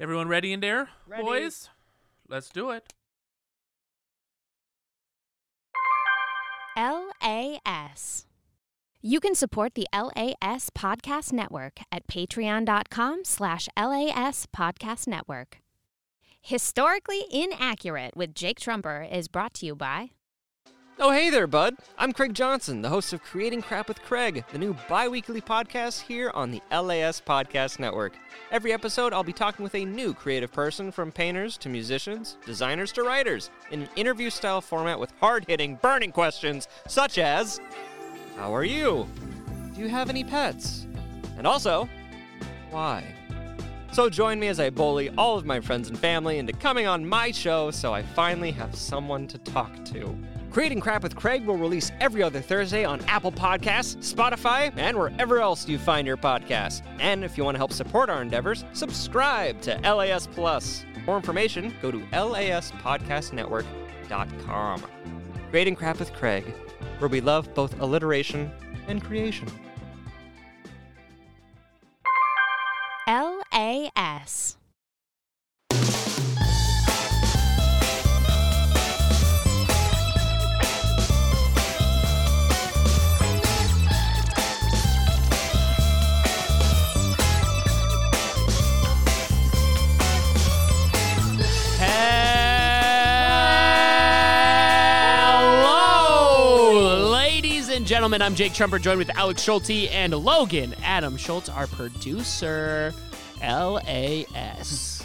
Everyone ready in there, Ready. boys? Let's do it. LAS. You can support the LAS Podcast Network at patreon.com slash LAS Podcast Network. Historically Inaccurate with Jake Trumper is brought to you by Oh, hey there, bud. I'm Craig Johnson, the host of Creating Crap with Craig, the new bi weekly podcast here on the LAS Podcast Network. Every episode, I'll be talking with a new creative person from painters to musicians, designers to writers, in an interview style format with hard hitting, burning questions such as How are you? Do you have any pets? And also, why? So join me as I bully all of my friends and family into coming on my show so I finally have someone to talk to. Creating Crap with Craig will release every other Thursday on Apple Podcasts, Spotify, and wherever else you find your podcasts. And if you want to help support our endeavors, subscribe to LAS Plus. For more information, go to laspodcastnetwork.com. Creating Crap with Craig, where we love both alliteration and creation. LAS. Hello, ladies and gentlemen. I'm Jake Trumper, joined with Alex Schulte and Logan Adam Schultz, our producer. LAS.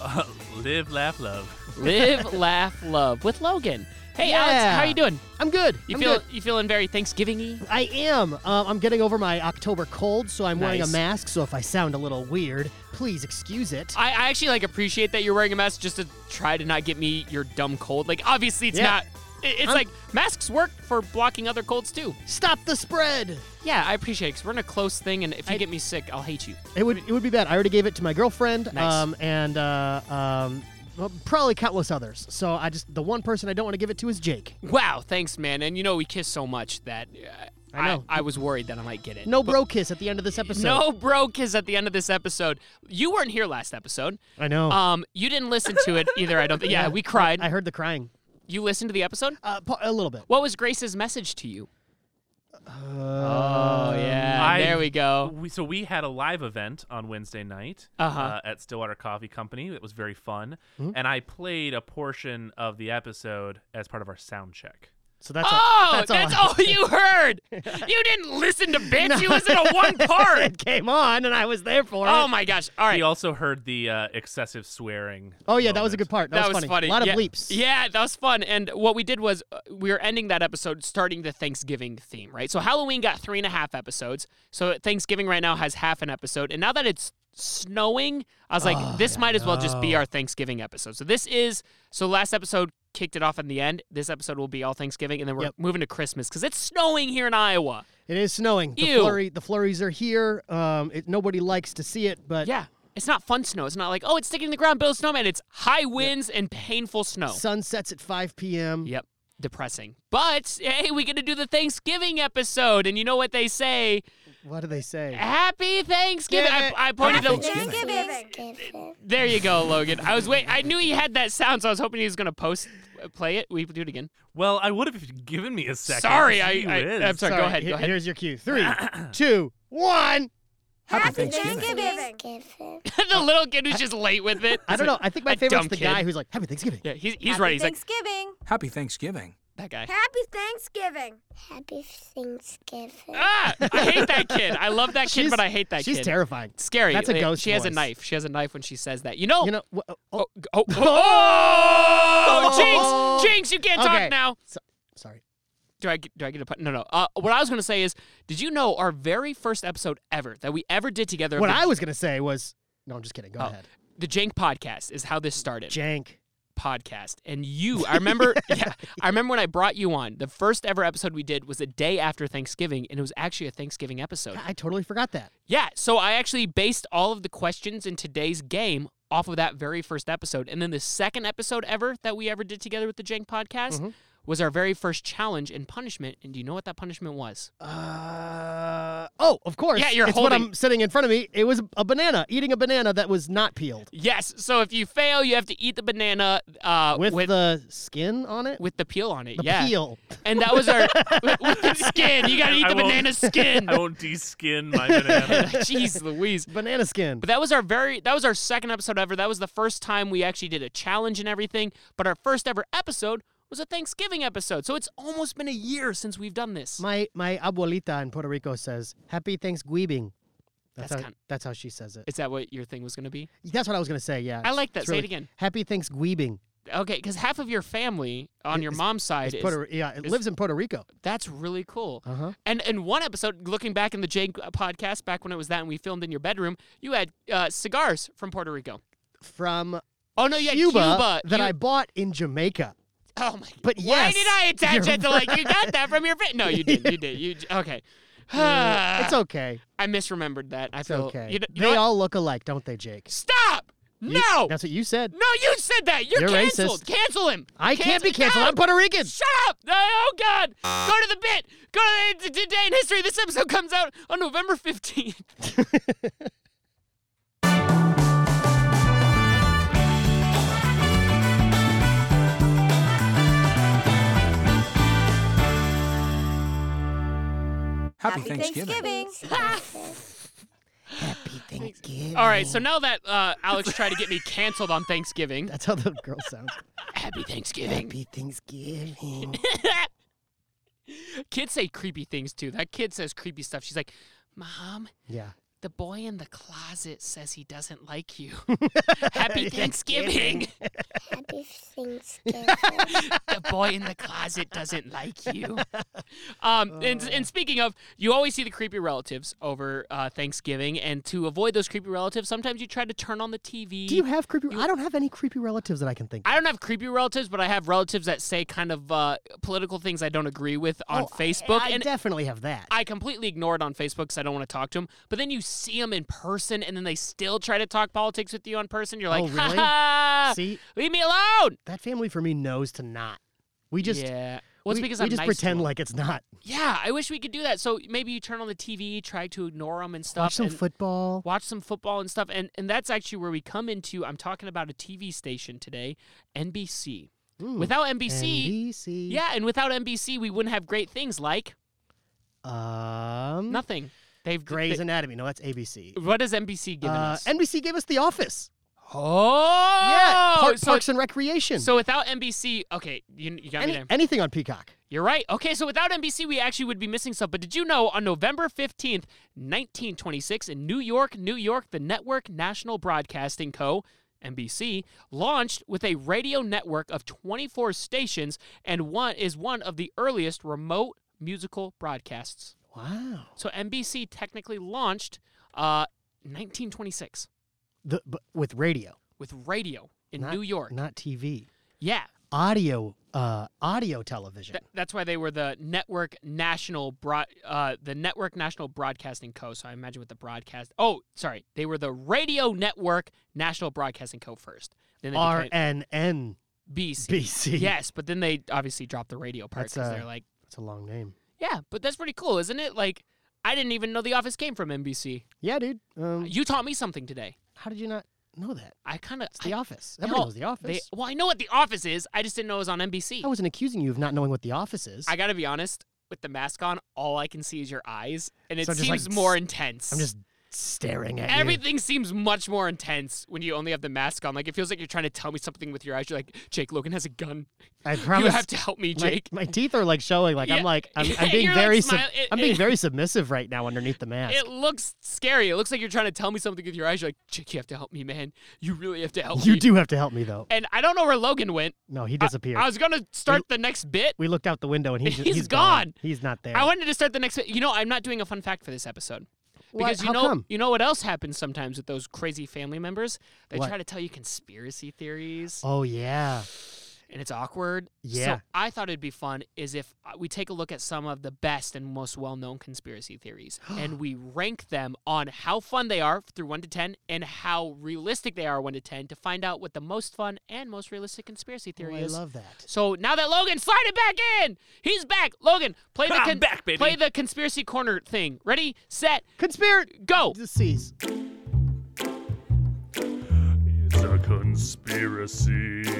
Uh, live, laugh, love. Live, laugh, love with Logan. Hey, Alex, Yeah. how are you doing? I'm good. You I'm feel good. you feeling very Thanksgiving-y? I am. Um, I'm getting over my October cold, so I'm wearing a Nice. mask. So if I sound a little weird, please excuse it. I, I actually like appreciate that you're wearing a mask just to try to not get me your dumb cold. Like obviously it's Yeah. not. It, it's I'm- like masks work for blocking other colds too. Stop the spread. Yeah, I appreciate it because we're in a close thing, and if you I- get me sick, I'll hate you. It would it would be bad. I already gave it to my girlfriend. Nice. Um, and uh, um, well, probably countless others. So I just the one person I don't want to give it to is Jake. Wow, thanks, man. And you know we kiss so much that uh, I know. I, was worried that I might get it. No bro kiss at the end of this episode. no bro kiss at the end of this episode. You weren't here last episode. I know. Um, you didn't listen to it either. I don't think. Yeah, we cried. Oh. I heard the crying. you listened to the episode. Uh, pa- a little bit. What was Grace's message to you? Uh, um, oh yeah, I- there we go. We, so we had a live event on Wednesday night Uh-huh. Mm-hmm. uh, at Stillwater Coffee Company. It was very fun, and I played a portion of the episode as part of our sound check. So that's oh, all. that's, That's, all, you heard. you didn't listen to bitch. You listened to one part. it came on, and I was there for it. oh my gosh! All right, We also heard the uh, excessive swearing. Oh yeah, that was a moment. good part. That, that was funny. A lot of yeah. bleeps. Yeah, that was fun. And what we did was uh, we were ending that episode starting the Thanksgiving theme, right? So Halloween got three and a half episodes. So Thanksgiving right now has half an episode. And now that it's snowing, I was like, Oh, this might as well just be our Thanksgiving episode. So this is, so last episode kicked it off in the end. This episode will be all Thanksgiving. And then we're Yep. moving to Christmas because it's snowing here in Iowa. It is snowing. Ew. The flurry, the flurries are here. Um, it, nobody likes to see it, but Yeah. It's not fun snow. It's not like, oh, it's sticking to the ground, build a snowman. It's high winds and painful snow. sun sets at 5 p.m. Yep. Depressing. But hey, we get to do the Thanksgiving episode. And you know what they say? What do they say? Ah, Happy Thanksgiving. I, Yeah. I pointed to Thanksgiving. There you go, Logan. I was wait I knew he had that sound, so I was hoping he was gonna post uh, play it. We do it again. Well, I would have if you'd given me a second. Sorry, I- Gee I- whiz. I'm sorry. go ahead, he- go ahead. Here's your cue. Three, two, one. Happy Thanksgiving. the little kid who's just late with it. Oh. I don't know. I think my That favorite's dumb the kid. guy who's like, "Happy Thanksgiving." Yeah, he's he's right. He's like Thanksgiving. Happy Thanksgiving. that guy. Happy Thanksgiving. Happy Thanksgiving. Ah, I hate that kid. I love that kid, She's- but I hate that She's kid. terrifying. Scary. That's a Uh, ghost She has a voice. knife. She has a knife when she says that. You know. You know. wh- oh, oh, oh, oh, oh, Oh. Jinx! Jinx! You can't Okay. talk now. sorry. do I get, do I get a pun? No, no. Uh, what I was gonna say is, did you know our very first episode ever that we ever did together? of What the, I was gonna say was, no, I'm just kidding. Go Oh. ahead. the Jank podcast is how this started. Jank. podcast, and you, I remember, yeah, I remember when I brought you on. The first ever episode we did was a day after Thanksgiving, and it was actually a Thanksgiving episode. I totally forgot that. Yeah, so I actually based all of the questions in today's game Mm-hmm. off of that very first episode. And then the second episode ever that we ever did together with the Jank podcast was our very first challenge and punishment. And do you know what that punishment was? Uh, oh, of course. Yeah, you're it's what holding- I'm sitting in front of me. It was a banana, eating a banana that was not peeled. Yes. So if you fail, you have to eat the banana uh, With, with the skin on it? with the peel on it. the yeah. peel. And that was our with, with the skin. You gotta eat I the won't- banana skin. I won't de-skin my banana. Jeez Louise. Banana skin. But that was our very that was our second episode ever. That was the first time we actually did a challenge and everything. But our first ever episode was a Thanksgiving episode. So it's almost been a year since we've done this. My my abuelita in Puerto Rico says, Happy Thanksgiving. That's, That's how, kind- that's how she says it. Is that what your thing was gonna be? That's what I was going to say, yeah. I like that. It's Say it really- again. Happy Thanksgiving. Okay, because half of your family on your Is- mom's side It's is Puerto, yeah, it is- lives in Puerto Rico. that's really cool. Uh-huh. And in one episode, looking back in the Jake uh, podcast, back when it was that, and we filmed in your bedroom, you had uh, cigars from Puerto Rico. From Oh no, yeah, Cuba, Cuba. that You- I bought in Jamaica. Oh my. But Why yes, did I attach you're it to like you got that from your fa- No, you did. You did. You j- okay. it's okay. I misremembered that. I It's feel okay. You, kn- you know they what? all look alike, don't they, Jake? stop. You- no. That's what you said. no, you said that. You're, You're canceled. racist. Cancel him. I can't be Cancel- canceled. No! I'm Puerto Rican. Shut up! Oh God! Go to the bit. Go to the t- today in history. This episode comes out on November fifteenth. Happy Thanksgiving. Happy Thanksgiving. All right. So now that uh, Alex tried to get me canceled on Thanksgiving, That's how the girl sounds. Happy Thanksgiving. Thanksgiving. Kids say creepy things too. That kid says creepy stuff. She's like, "Mom, yeah. the boy in the closet says he doesn't like you." Happy Thanksgiving. Happy Thanksgiving. the boy in the closet doesn't like you. Um, and, and speaking of, you always see the creepy relatives over uh, Thanksgiving, and to avoid those creepy relatives, sometimes you try to turn on the TV. Do you have creepy? I don't have any creepy relatives that I can think. of. I don't have creepy relatives, but I have relatives that say kind of uh, political things I don't agree with on Oh, I- Facebook, I, and definitely have that. I completely ignore it on Facebook because I don't want to talk to them. But then you see them in person, and then they still try to talk politics with you in person. You're like, Oh, really? ha ha, See, leave me alone. that family for me knows to not. We just yeah. Well, it's we, because we I'm just nice to pretend 'em. like it's not. Yeah, I wish we could do that. So maybe you turn on the TV, try to ignore them and stuff. Watch some and football. Watch some football and stuff. And and that's actually where we come into. I'm talking about a TV station today, NBC. Mm. Without NBC, NBC. yeah, and without NBC, we wouldn't have great things like Um. nothing. They've Grey's they- Anatomy. No, that's ABC. What has NBC given Uh, us? NBC gave us The Office. oh, yeah. Park, so, Parks and Recreation. so without NBC, okay, you, you got me Any, there. anything on Peacock. You're right. Okay, so without NBC, we actually would be missing stuff. But did you know on November 15th, 1926, in New York, New York, the network National Broadcasting Co., NBC, launched with a radio network of 24 stations and one is one of the earliest remote musical broadcasts. Wow. So NBC technically launched uh 1926 The, but with radio. with radio in Not- New York. Not TV. yeah. Audio uh audio television. Th- that's why they were the network national broad, uh, the network national broadcasting co. So I imagine with the broadcast. Oh, sorry, they were the radio network national broadcasting co. First, then they R became N N BC. B C. Yes, but then they obviously dropped the radio part That's, because uh, they're like, That's a long name. yeah, but that's pretty cool, isn't it? Like, I didn't even know The Office came from NBC. Yeah, dude. Um, You taught me something today. how did you not know that? I kind of It's The Office. Everybody knows The Office. well, I know what The Office is. I just didn't know it was on NBC. I wasn't accusing you of not knowing what The Office is. I gotta be honest. With the mask on, all I can see is your eyes, and it So I'm just, like, seems more s- intense. am just staring at you. Everything seems much more intense when you only have the mask on. Like it feels like you're trying to tell me something with your eyes. You're like, Jake Logan has a gun. I promise. You have to help me, my- Jake. My, teeth are like showing. Like Yeah. I'm like I'm, I'm being You're, like, very sub- smile- it- I'm being it- very submissive right now underneath the mask. It looks scary. It looks like you're trying to tell me something with your eyes. You're like, Jake, you have to help me, man. You really have to help you me. do have to help me though. And I don't know where Logan went. No, he I- disappeared. I, was gonna start the next bit. we looked out the window and he just, He's gone. gone. He's not there. I wanted to start the next bit. You know, I'm not doing a fun fact for this episode. Why- Because you how know come? you know what else happens sometimes with those crazy family members? They What? try to tell you conspiracy theories. oh yeah. and it's awkward. Yeah. So I thought it'd be fun is if uh, we take a look at some of the best and most well-known conspiracy theories and we rank them on how fun they are through 1 to 10 and how realistic they are 1 to 10 to find out what the most fun and most realistic conspiracy theory Oh, I is. love that. so now that Logan slide it back in, he's back. Logan, play the I'm back, baby. play the conspiracy corner thing. Ready, set, Conspiracy go. disease. It's a conspiracy.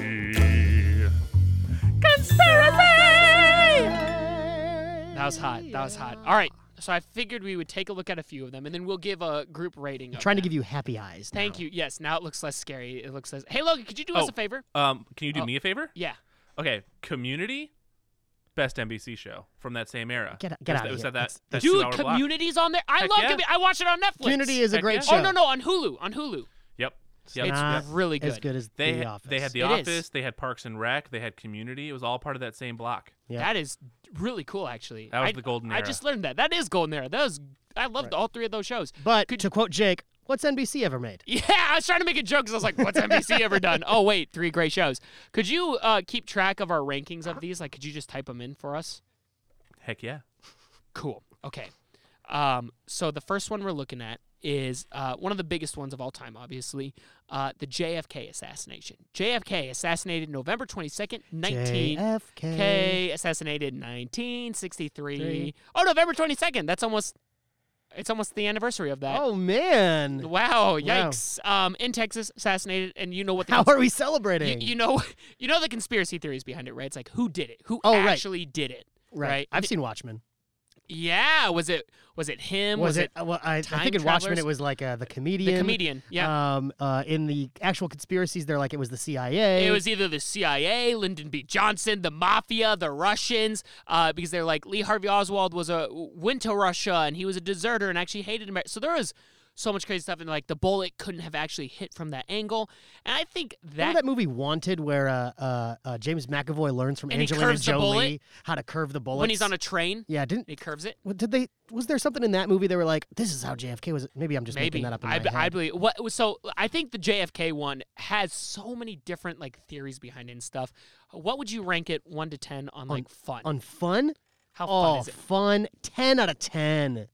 That was hot. That was hot. All right. So I figured we would take a look at a few of them, and then we'll give a group rating. I'm trying to give you happy eyes. Thank now. you. Yes. Now it looks less scary. It looks less. Hey, Logan, could you do us Oh. a favor? Um, can you do Oh. me a favor? Yeah. Okay, Community, best NBC show from that same era. Get- get It was- out of it was here. at that, That's- that Dude, two-hour block. Community's on there. I Heck love yeah. Community. I watch it on Netflix. Community is a Heck great yeah. show. Oh no no on Hulu on Hulu. Yep. Yep. It's Not really good. As good as They The had, Office. they had The It is. Office, they had Parks and Rec, they had Community. It was all part of that same block. Yeah. That is really cool actually. That was I, the golden I era. just learned that. That is golden era. That was I loved all three of those shows. But Could- to quote Jake, what's NBC ever made? Yeah, I was trying to make a joke because I was like, "What's NBC ever done?" Oh wait, three great shows. Could you uh, keep track of our rankings of these? Like, could you just type them in for us? Heck yeah. Cool. Okay. Um, so the first one we're looking at is uh, one of the biggest ones of all time, obviously, uh, the JFK assassination. JFK assassinated November twenty second, nineteen. JFK. K assassinated 1963. Three. Oh, November 22nd. That's almost it's almost the anniversary of that. Oh man, Wow, yikes. Um in Texas assassinated and you know what the how cons- are we you- celebrating? you, know you know the conspiracy theories behind it, right? It's like who did it? Who Oh, right. actually did it? right. I've seen Watchmen. Yeah, was it was it him? Was, it, uh, well, I, I time think in Watchmen travelers? it was like uh, the comedian. the comedian? Yeah. Um. Uh. In the actual conspiracies, they're like it was the CIA. It was either the CIA, Lyndon B. Johnson, the Mafia, the Russians, uh, because they're like Lee Harvey Oswald was a went to Russia and he was a deserter and actually hated America. So there was so much crazy stuff, and like the bullet couldn't have actually hit from that angle. And I think that, Remember that movie Wanted, where uh, uh, uh, James McAvoy learns from And he Angelina curves the Jolie bullet? how to curve the bullet when he's on a train, yeah, didn't he curves it. Well, Did they? Was there something in that movie they were like, "This is how JFK was"? Maybe I'm just Maybe making that up in I, my be- head. I believe what was- so I think the JFK one has so many different like theories behind it and stuff. What would you rank it one to ten on like fun? On fun? How oh, fun is it? fun. Ten out of ten.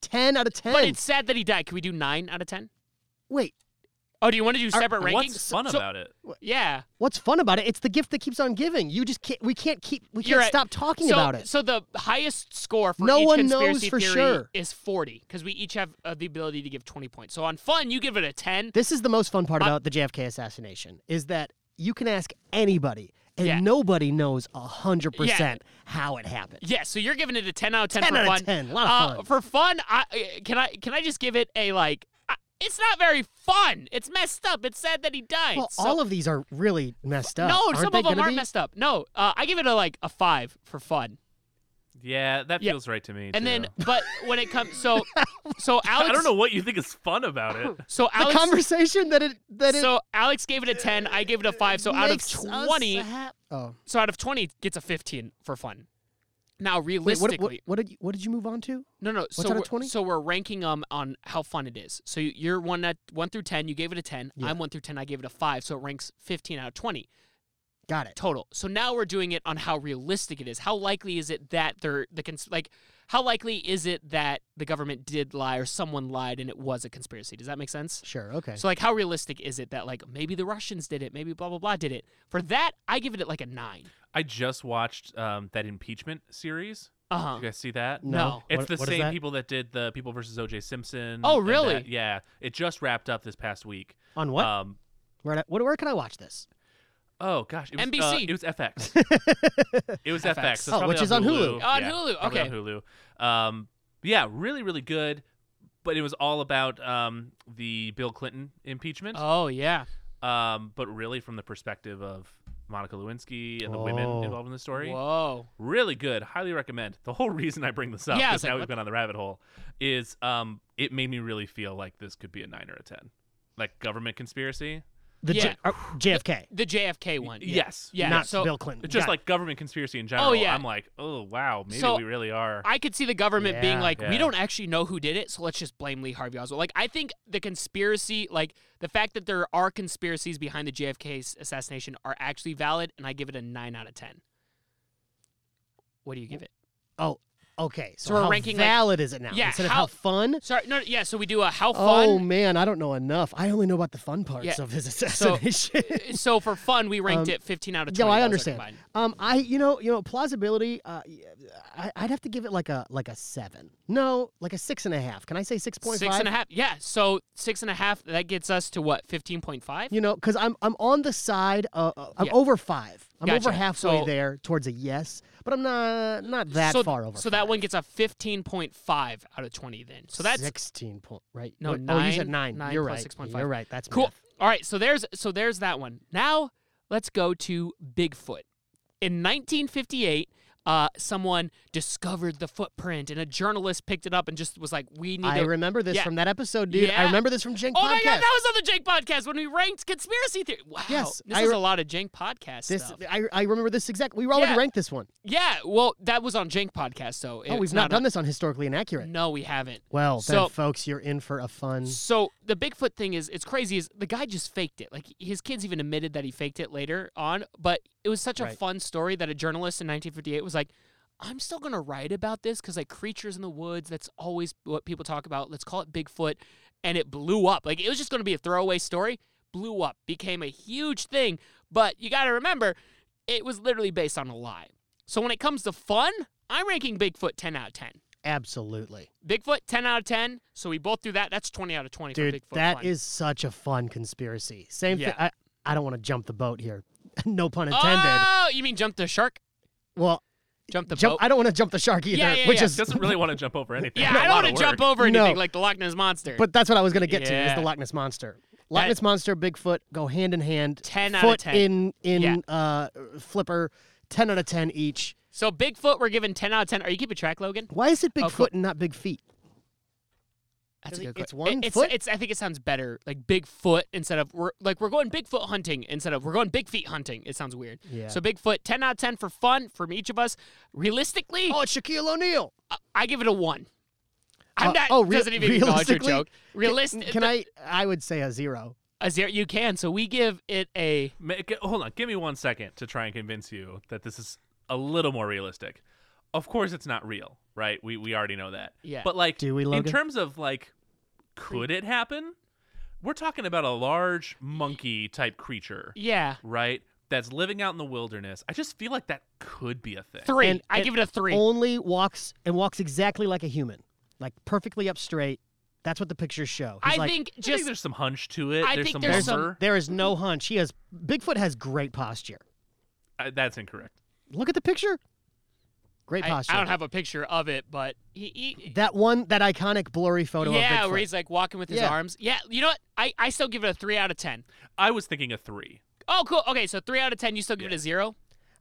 Ten out of ten. But it's sad that he died. Can we do nine out of ten? wait. Oh, do you want to do Are- separate rankings? What's fun So- about it? Yeah, What's fun about it? It's the gift that keeps on giving. You just can't. We can't keep. We You're can't right. stop talking so, about it. So the highest score for No each one knows conspiracy for theory sure. is forty because we each have uh, the ability to give twenty points. So on fun, you give it a ten. this is the most fun part I- about the JFK assassination is that you can ask anybody and Yeah. nobody knows hundred percent how it happened. Yeah, so you're giving it a ten out of ten, 10 for out of fun. 10, lot of Uh, fun. For fun, I, uh, can I can I just give it a like? I, it's not very fun. It's messed up. It's sad that he died. Well, so- all of these are really messed up. no, aren't some they of them gonna aren't be? messed up. No, uh, I give it a like a five for fun. Yeah, that Yeah. feels right to me. And then, too. but when it comes, so so Alex, I don't know what you think is fun about it. So The Alex, conversation that it that it so Alex gave it a 10, I gave it a 5. So out of makes us 20, hap- oh. so out of 20 gets a 15 for fun. Now Wait, what, realistically, what, what did you, what did you move on to? no, no. so out of we're- 20? So we're ranking them on how fun it is. So you- you're one at one through 10. You gave it a 10. Yeah. I'm one through 10. I gave it a five. So it ranks 15 out of 20 Got it. total. So now we're doing it on how realistic it is. How likely is it that they're the cons- like? How likely is it that the government did lie or someone lied and it was a conspiracy? Does that make sense? Sure. Okay. So like how realistic is it that like maybe the Russians did it, maybe blah blah blah did it. For that, I give it like a nine. I just watched um, that impeachment series. Uh Did Uh-huh. huh. you guys see that? No. No. It's What- the what is same that? people that did the People versus O.J. Simpson. Oh, and really? that- yeah. It just wrapped up this past week. on what? uh, Um, where, did I- where? Where can I watch this? oh gosh, it was, uh, NBC. it was FX. it was FX. FX, It's Oh, probably which is on Hulu. On Yeah, Hulu, probably okay. on Hulu. Um, yeah, really, really good. But it was all about um, the Bill Clinton impeachment. Oh yeah. um, but really from the perspective of Monica Lewinsky and the Oh. women involved in the story. Whoa. Really good. Highly recommend. The whole reason I bring this up, Yeah, I because was like, now what we've been on the rabbit hole, is um, it made me really feel like this could be a nine or a ten, like government conspiracy. The J- Yeah. uh, JFK, The JFK one. yeah. yes. Yeah. not so Bill Clinton. It's just Got it. like government conspiracy in general. yeah. I'm like, oh wow, maybe So, we really are. I could see the government being Yeah. like, we Yeah. don't actually know who did it, so let's just blame Lee Harvey Oswald. Like, I think the conspiracy, like the fact that there are conspiracies behind the JFK assassination, are actually valid, and I give it a nine out of ten. What do you give it? oh, okay. So, So we're how ranking, like- valid is it now? Yeah, Instead of how- how fun. Sorry, no, no, yeah. So we do a how Oh fun. man, I don't know enough. I only know about the fun parts Yeah. of his assassination. so for fun, we ranked Um, it fifteen out of No, twenty. I Those are understand. combined. Um, I you know you know plausibility. Uh, I, I'd have to give it like a like a seven. No, like a six and a half. Can I say six point five? Six and a half. Yeah. So six and a half. That gets us to what? Fifteen point five. You know, because I'm I'm on the side. Uh, uh, I'm Yeah. over five. I'm over Gotcha. halfway So- there towards a yes, but I'm not not that so, far over. So that one gets a fifteen point five out of twenty. Then. So that's sixteen point right. No, What- oh, you said nine- 9 nine You're plus right. 6.5. You're right. That's Cool. math. All right, so there's so there's that one. Now let's go to Bigfoot. In 1958, uh, someone discovered the footprint, and a journalist picked it up and just was like, "We need I to." remember this Yeah. from that episode, dude. Yeah. I remember this from Jenk oh my podcast. god, that was on the Jake podcast when we ranked conspiracy theory. Wow, Yes, this I is re- a lot of Jake podcast this stuff. I, I remember this exact. We already Yeah. ranked this one. yeah, well, that was on Jake podcast, so Oh, it's we've not, done on- this on historically inaccurate. No, we haven't. Well, So- then, folks, you're in for a fun. So the Bigfoot thing is it's crazy is the guy just faked it. Like his kids even admitted that he faked it later on, but it was such a Right. fun story that a journalist in 1958 was like, "I'm still going to write about this cuz like creatures in the woods, that's always what people talk about. Let's call it Bigfoot." And it blew up. Like it was just going to be a throwaway story, blew up, became a huge thing, but you got to remember it was literally based on a lie. So when it comes to fun, I'm ranking Bigfoot 10 out of 10. Absolutely, Bigfoot, 10 out of 10. So we both do that. That's 20 out of 20 for dude. Bigfoot. That is fun. such a fun conspiracy. Same thing. Yeah. I, I don't want to jump the boat here. no pun intended. Oh, you mean jump the shark? well, Jump the jump. boat? I don't want to jump the shark either, Yeah, yeah, which yeah. is. Doesn't really want to jump over anything. yeah, It's I a don't lot want of to jump work. over anything No. like the Loch Ness monster. But that's what I was going to get to is Yeah. the Loch Ness monster. Loch That- Ness monster, Bigfoot go hand in hand. 10 out of foot 10. in in Yeah. uh, flipper. Ten out of ten each. so Bigfoot, we're giving 10 out of 10. Are you keeping track, Logan? Why is it Bigfoot cool. and not Big Feet? That's It's- it's que- one it's, foot? It's, I think it sounds better like Bigfoot instead of we're like we're going Bigfoot hunting instead of we're going Big Feet hunting. It sounds weird. Yeah. So Bigfoot, 10 out of 10 for fun from each of us. Realistically, Oh, it's Shaquille O'Neal. I, I give it a 1. I'm Uh, not oh, re- doesn't even acknowledge your realistically? joke. Can- Realistic Can I? I would say a zero. a zero, you can. So we give it a Ma- g- Hold on, give me one second to try and convince you that this is a little more realistic. Of course, it's not real, right? We we already know that. Yeah. But like, Do we, in Logan? terms of like, could it happen? We're talking about a large monkey type creature, yeah. right? That's living out in the wilderness. I just feel like that could be a thing. Three. And I it give it a three. Only walks and walks exactly like a human, like perfectly up straight. That's what the pictures show. He's I like, think I think just there's some hunch to it. I there's think some there's some- lumber. there is no hunch. He has Bigfoot has great posture. Uh, that's incorrect. Look at the picture. Great I, posture. I don't have a picture of it, but he, he that one, that iconic blurry photo yeah, of Bigfoot. where he's like walking with his Yeah. arms. Yeah, you know what? I, I still give it a three out of ten. I was thinking a three. Oh, cool. Okay, so three out of ten. You still give it a zero?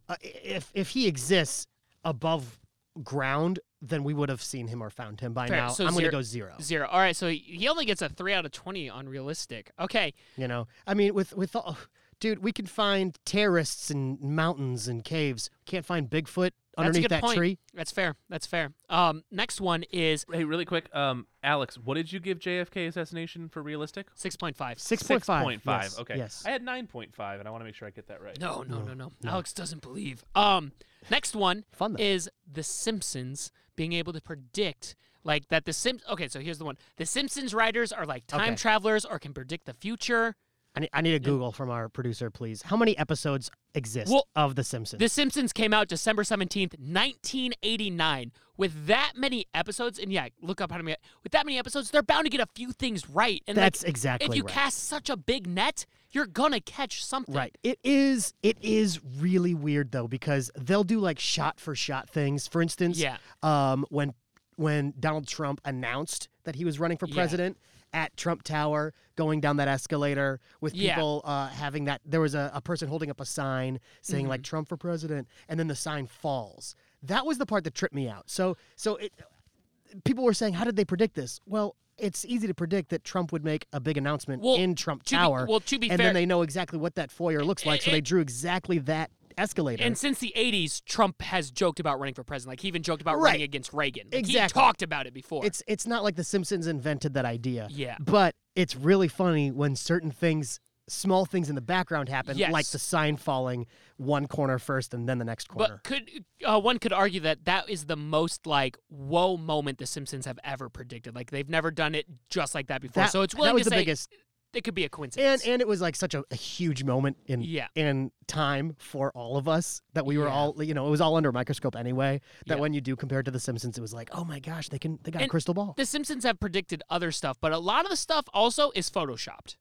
Uh, i- if if he exists above ground, then we would have seen him or found him by Fair. now. So I'm zero- gonna go zero. Zero. All right, so he only gets a three out of twenty on realistic. Okay, You know, I mean, with with all, dude, we can find terrorists in mountains and caves. Can't find Bigfoot that's a underneath good that point. tree. That's fair. That's fair. Um, next one is Hey, really quick, um, Alex, what did you give JFK assassination for realistic? six point five. Six point five. Yes. Okay. Yes. I had nine point five, and I want to make sure I get that right. No, no, no, no, Alex doesn't believe. Um, next one Fun, though. is The Simpsons being able to predict like that the Simps. Okay, so here's the one: The Simpsons writers are like time Okay. travelers or can predict the future. I need, I need a Google from our producer, please. How many episodes exist Well, of The Simpsons? The Simpsons came out December seventeenth, nineteen eighty nine. With that many episodes, and yeah, look up how many. With that many episodes, they're bound to get a few things right. And like, That's exactly if you right. cast such a big net, you're gonna catch something. right. It is it is really weird though because they'll do like shot for shot things. For instance, Yeah. um when when Donald Trump announced that he was running for Yeah. president at Trump Tower, going down that escalator with Yeah. people uh, having that there was a, a person holding up a sign saying like Mm-hmm. Trump for president and then the sign falls. That was the part that tripped me out. So so it people were saying, "How did they predict this?" Well, it's easy to predict that Trump would make a big announcement Well, in Trump To be- Tower, well, to be and fair, then they know exactly what that foyer looks like, so they drew exactly that escalator. And since the 80s, Trump has joked about running for president. Like, he even joked about Right. running against Reagan. Like, He Exactly. talked about it before. it's it's not like the Simpsons invented that idea. Yeah. But it's really funny when certain things, small things in the background happen, like Yes. the sign falling one corner first and then the next corner. But could uh, one could argue that that is the most like whoa moment the Simpsons have ever predicted. Like they've never done it just like that before. that, so it's that willing was to the say biggest, it could be a and coincidence. and it was like such a, a huge moment in Yeah. in time for all of us that we were Yeah. all you know it was all under a microscope anyway. That Yeah. when you do compare to the Simpsons, it was like oh my gosh they can they got a And crystal ball. the Simpsons have predicted other stuff, but a lot of the stuff also is photoshopped.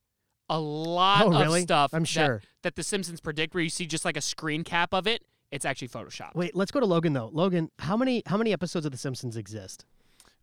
A lot Oh, of really? stuff I'm that- sure. that the Simpsons predict where you see just like a screen cap of it, it's actually photoshopped. Wait, let's go to Logan though. Logan, how many how many episodes of The Simpsons exist?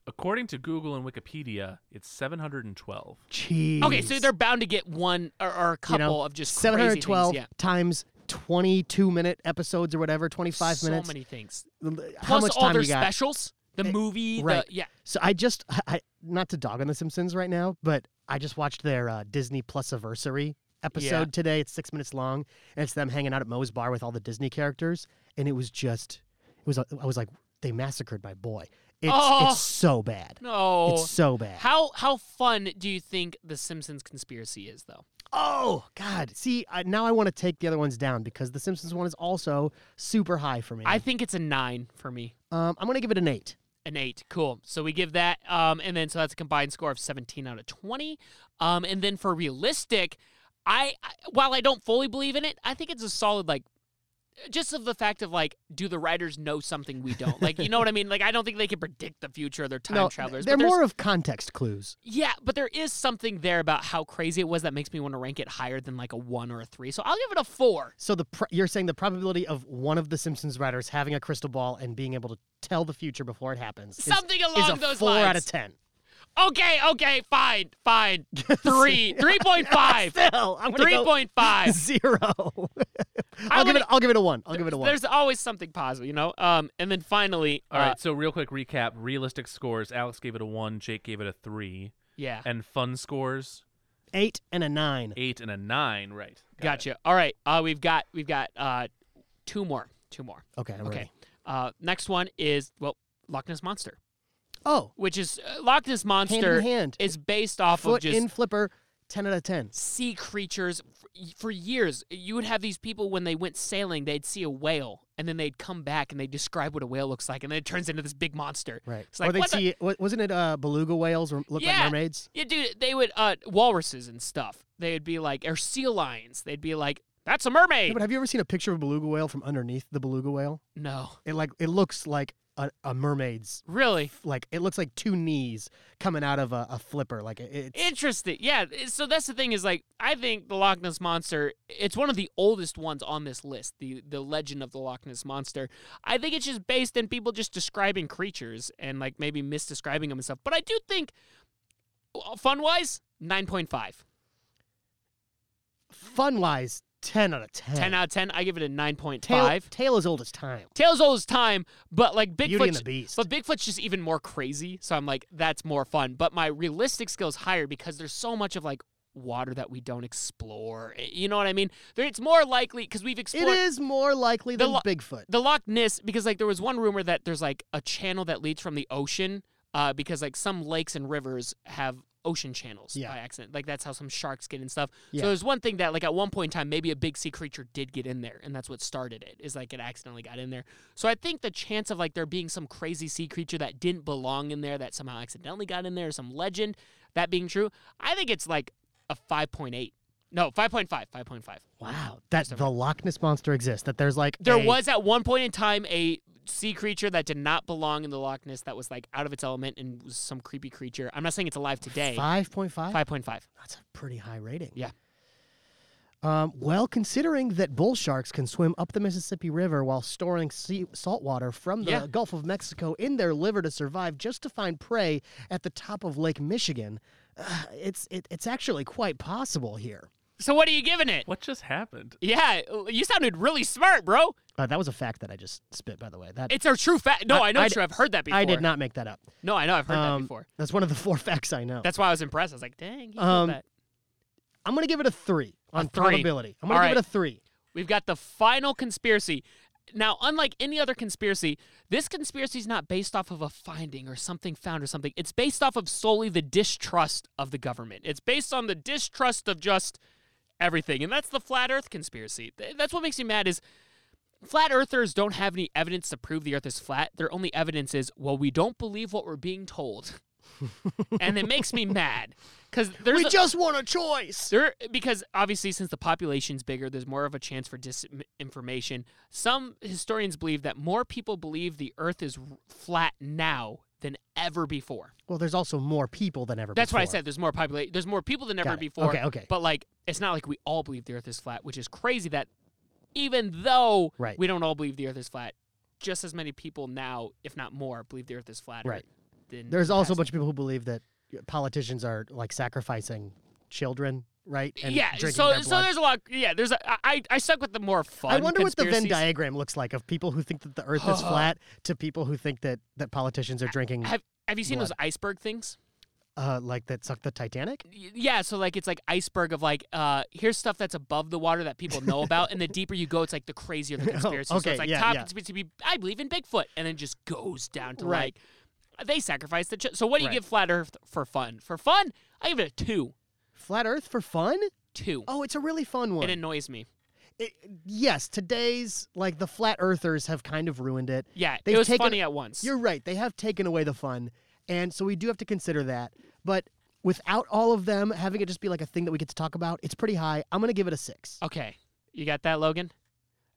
According to Google and Wikipedia, it's 712. Jeez. Okay, so they're bound to get one or, or a couple of just crazy things, 712 yeah. times 22 minute episodes or whatever, 25 so minutes. many things. L- How Plus much all time their you got? specials, the Eh, movie, right. the yeah. So I just, I, I- not to dog on The Simpsons right now, but I just watched their uh, Disney Plus anniversary episode today. It's six minutes long, and it's them hanging out at Moe's bar with all the Disney characters, and it was just, it was, I was like, they massacred my boy. It's, Oh. it's so bad. No. It's so bad. How how fun do you think the Simpsons conspiracy is, though? Oh God! See, I, now I want to take the other ones down because the Simpsons one is also super high for me. I think it's a nine for me. um, I'm gonna give it an eight. An eight, cool. So we give that, um, and then so that's a combined score of seventeen out of twenty. Um, and then for realistic, I, I while I don't fully believe in it, I think it's a solid like, just of the fact of like, do the writers know something we don't? Like, you know what I mean? Like, I don't think they can predict the future. They're time No, travelers. They're but there's- more of context clues. Yeah, but there is something there about how crazy it was that makes me want to rank it higher than like a one or a three. So I'll give it a four. So the pr- you're saying the probability of one of the Simpsons writers having a crystal ball and being able to tell the future before it happens is- Something is, along a those four out lines. of ten. Okay, okay, fine, fine. Three, three point five, Still, I'm gonna three go point five. zero. I'll give wanna- it. I'll give it a one. I'll give it a one. There's always something positive, you know. Um, and then finally, All uh, right, so real quick recap realistic scores. Alex gave it a 1, Jake gave it a 3. yeah, And fun scores, eight and a nine. 8 and a 9. Right. Got it. gotcha. All right, uh, we've got we've got uh, two more, two more. Okay. I'm okay, ready. uh, next one is well, Loch Ness monster, Oh, which is uh, Loch Ness hand monster in hand, is based off of foot just in flipper. Ten out of ten. sea creatures for, for years. You would have these people when they went sailing, they'd see a whale and then they'd come back and they'd describe what a whale looks like and then it turns into this big monster. Right. It's like, or they what the- see wa- wasn't it uh, beluga whales or look Yeah. like mermaids? Yeah, dude, they would uh walruses and stuff. They'd be like or sea lions. They'd be like, That's a Yeah, mermaid. but have you ever seen a picture of a beluga whale from underneath the beluga whale? no. It like it looks like a, a mermaid's Really? like it looks like two knees coming out of a, a flipper. Like it, it's Interesting. Yeah. it- So that's the thing is like I think the Loch Ness monster. It's one of the oldest ones on this list. The the legend of the Loch Ness monster. I think it's just based in people just describing creatures and like maybe misdescribing them and stuff. But I do think, fun wise, nine point five. fun wise ten out of ten. Ten out of ten. I give it a nine point Tail, five. Tail as old as time. Tails all his time, but like Beauty and Bigfoot. the Beast. But Bigfoot's just even more crazy, so I'm like, that's more fun. But my realistic skill is higher because there's so much of like water that we don't explore. Eh, You know what I mean? There, it's more likely because we've it explored is more likely The than lo- Bigfoot. the Loch Ness because like there was one rumor that there's like a channel that leads from the ocean, uh, because like some lakes and rivers have ocean channels Yeah. by accident. Like that's how some sharks get and stuff. Yeah. So there's one thing that like at one point in time maybe a big sea creature did get in there and that's what started it is like it accidentally got in there. So I think the chance of like there being some crazy sea creature that didn't belong in there that somehow accidentally got in there, some legend, that being true, I think it's like a 5.8. No, 5.5, 5.5. Wow, that the Loch Ness monster exists. That there's like There a- was at one point in time a sea creature that did not belong in the Loch Ness that was like out of its element and was some creepy creature. I'm not saying it's alive today. five point five. 5.5. That's a pretty high rating. Yeah. Um, well, considering that bull sharks can swim up the Mississippi River while storing sea- salt water from the Yeah. Gulf of Mexico in their liver to survive, just to find prey at the top of Lake Michigan, uh, it's it, it's actually quite possible here. So what are you giving it? What just happened? Yeah, you sounded really smart, bro. Uh, that was a fact that I just spit, by the way. That It's our true fact. No, I, I- know I it's d- true. I've heard that before. I did not make that up. No, I know. I've heard that Um, before. That's one of the four facts I know. That's why I was impressed. I was like, dang, he Um, knew that. I'm gonna give it a three on three. probability. I'm gonna All give right. it a three. We've got the final conspiracy. Now, unlike any other conspiracy, this conspiracy is not based off of a finding or something found or something. It's based off of solely the distrust of the government. It's based on the distrust of just everything. And that's the flat earth conspiracy. Th- That's what makes me mad is flat earthers don't have any evidence to prove the earth is flat. Their only evidence is, well, we don't believe what we're being told. and it makes me mad cuz there's we a- just want a choice. there, because obviously, since the population's bigger, there's more of a chance for disinformation. Some historians believe that more people believe the Earth is r- flat now than ever before. Well, there's also more people than ever. That's before. what I said. There's more population. There's more people than ever Got it. before. Okay, okay. But like, it's not like we all believe the Earth is flat, which is crazy. That even though Right. we don't all believe the Earth is flat, just as many people now, if not more, believe the Earth is flat. Right. Than There's in the also a past. bunch of people who believe that politicians are like sacrificing children, right? And yeah, drinking so their so blood. there's a lot. Yeah, there's a, I I- I stuck with the more fun. I wonder what the Venn conspiracies. diagram looks like of people who think that the Earth is flat to people who think that that politicians are drinking, have have you seen those iceberg things? uh, like that suck the Titanic. Y- Yeah, so like it's like iceberg of like uh here's stuff that's above the water that people know about, and the deeper you go, it's like the crazier the conspiracy. so Oh, okay, it's like yeah, top yeah. conspiracy, be- I believe in Bigfoot, and then just goes down to Right. like they sacrifice the. Ch- so what do you Right. give flat Earth for fun? For fun, I give it a two, Flat Earth for fun? two. Oh, it's a really fun one. it annoys me. It- yes, today's like the flat Earthers have kind of ruined it. Yeah, They've it was taken- funny at once. You're right. They have taken away the fun. And so we do have to consider that. But without all of them, having it just be like a thing that we get to talk about, it's pretty high. I'm going to give it a six. Okay, you got that, Logan?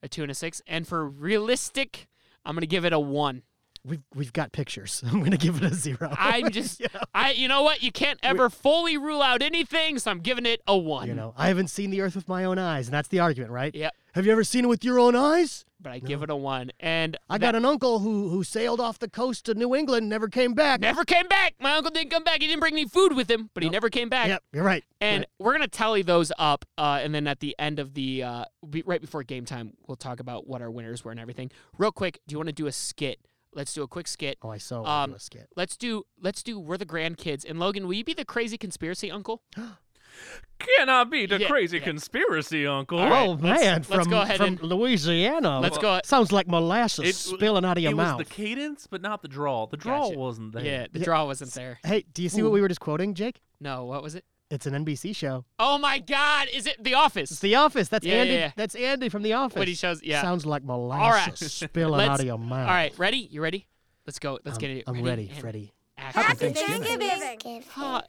A two and a six, and for realistic, I'm gonna give it a one. We've, we've got pictures. I'm going to give it a zero. I'm just, Yeah. I, you know what? You can't ever fully rule out anything, so I'm giving it a one. You know, I haven't seen the earth with my own eyes. And that's the argument, right? Yep. Have you ever seen it with your own eyes? But I give it a one, and I that got an uncle who, who sailed off the coast to New England, never came back. never came back. My uncle didn't come back. He didn't bring any food with him, but he never came back. Yep, you're right. And we're gonna tally those up, uh, and then at the end of the uh, be, right before game time, we'll talk about what our winners were and everything. Real quick, do you want to do a skit? Let's do a quick skit. Oh, I so Um, um, skit. Let's do let's do we're the grandkids and Logan. Will you be the crazy conspiracy uncle? Cannot be the Yeah, crazy yeah. conspiracy, Uncle. All right, oh let's- man, let's from, go ahead from and- Louisiana. Let's go- Sounds like molasses It- spilling out of your it mouth. was the cadence, but not the drawl. The drawl Gotcha. wasn't there. Yeah, the Yeah. draw wasn't there. Hey, do you see what we were just quoting, Jake? No, what was it? It's an NBC show. Oh my God! Is it The It's Office? The Office. That's Yeah, Andy. yeah, yeah. That's Andy from The Office. What he shows, yeah. Sounds like right. molasses spilling Let's- out of your mouth. All right, ready? You ready? Let's go. Let's I'm, get it. I'm ready, and Freddie. action. Happy Happy Thanksgiving. Thanksgiving. Ah,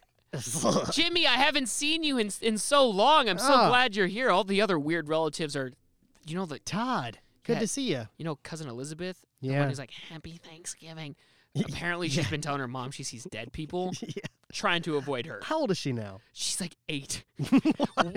Jimmy, I haven't seen you in in so long. I'm so Ah. glad you're here. All the other weird relatives are, you know the Todd, good Yeah. to see you. you know cousin Elizabeth. The one Yeah. who's like Happy Thanksgiving. Apparently, she's been telling her mom she sees dead people, Yeah. trying to avoid her. How old is she now? She's like eight,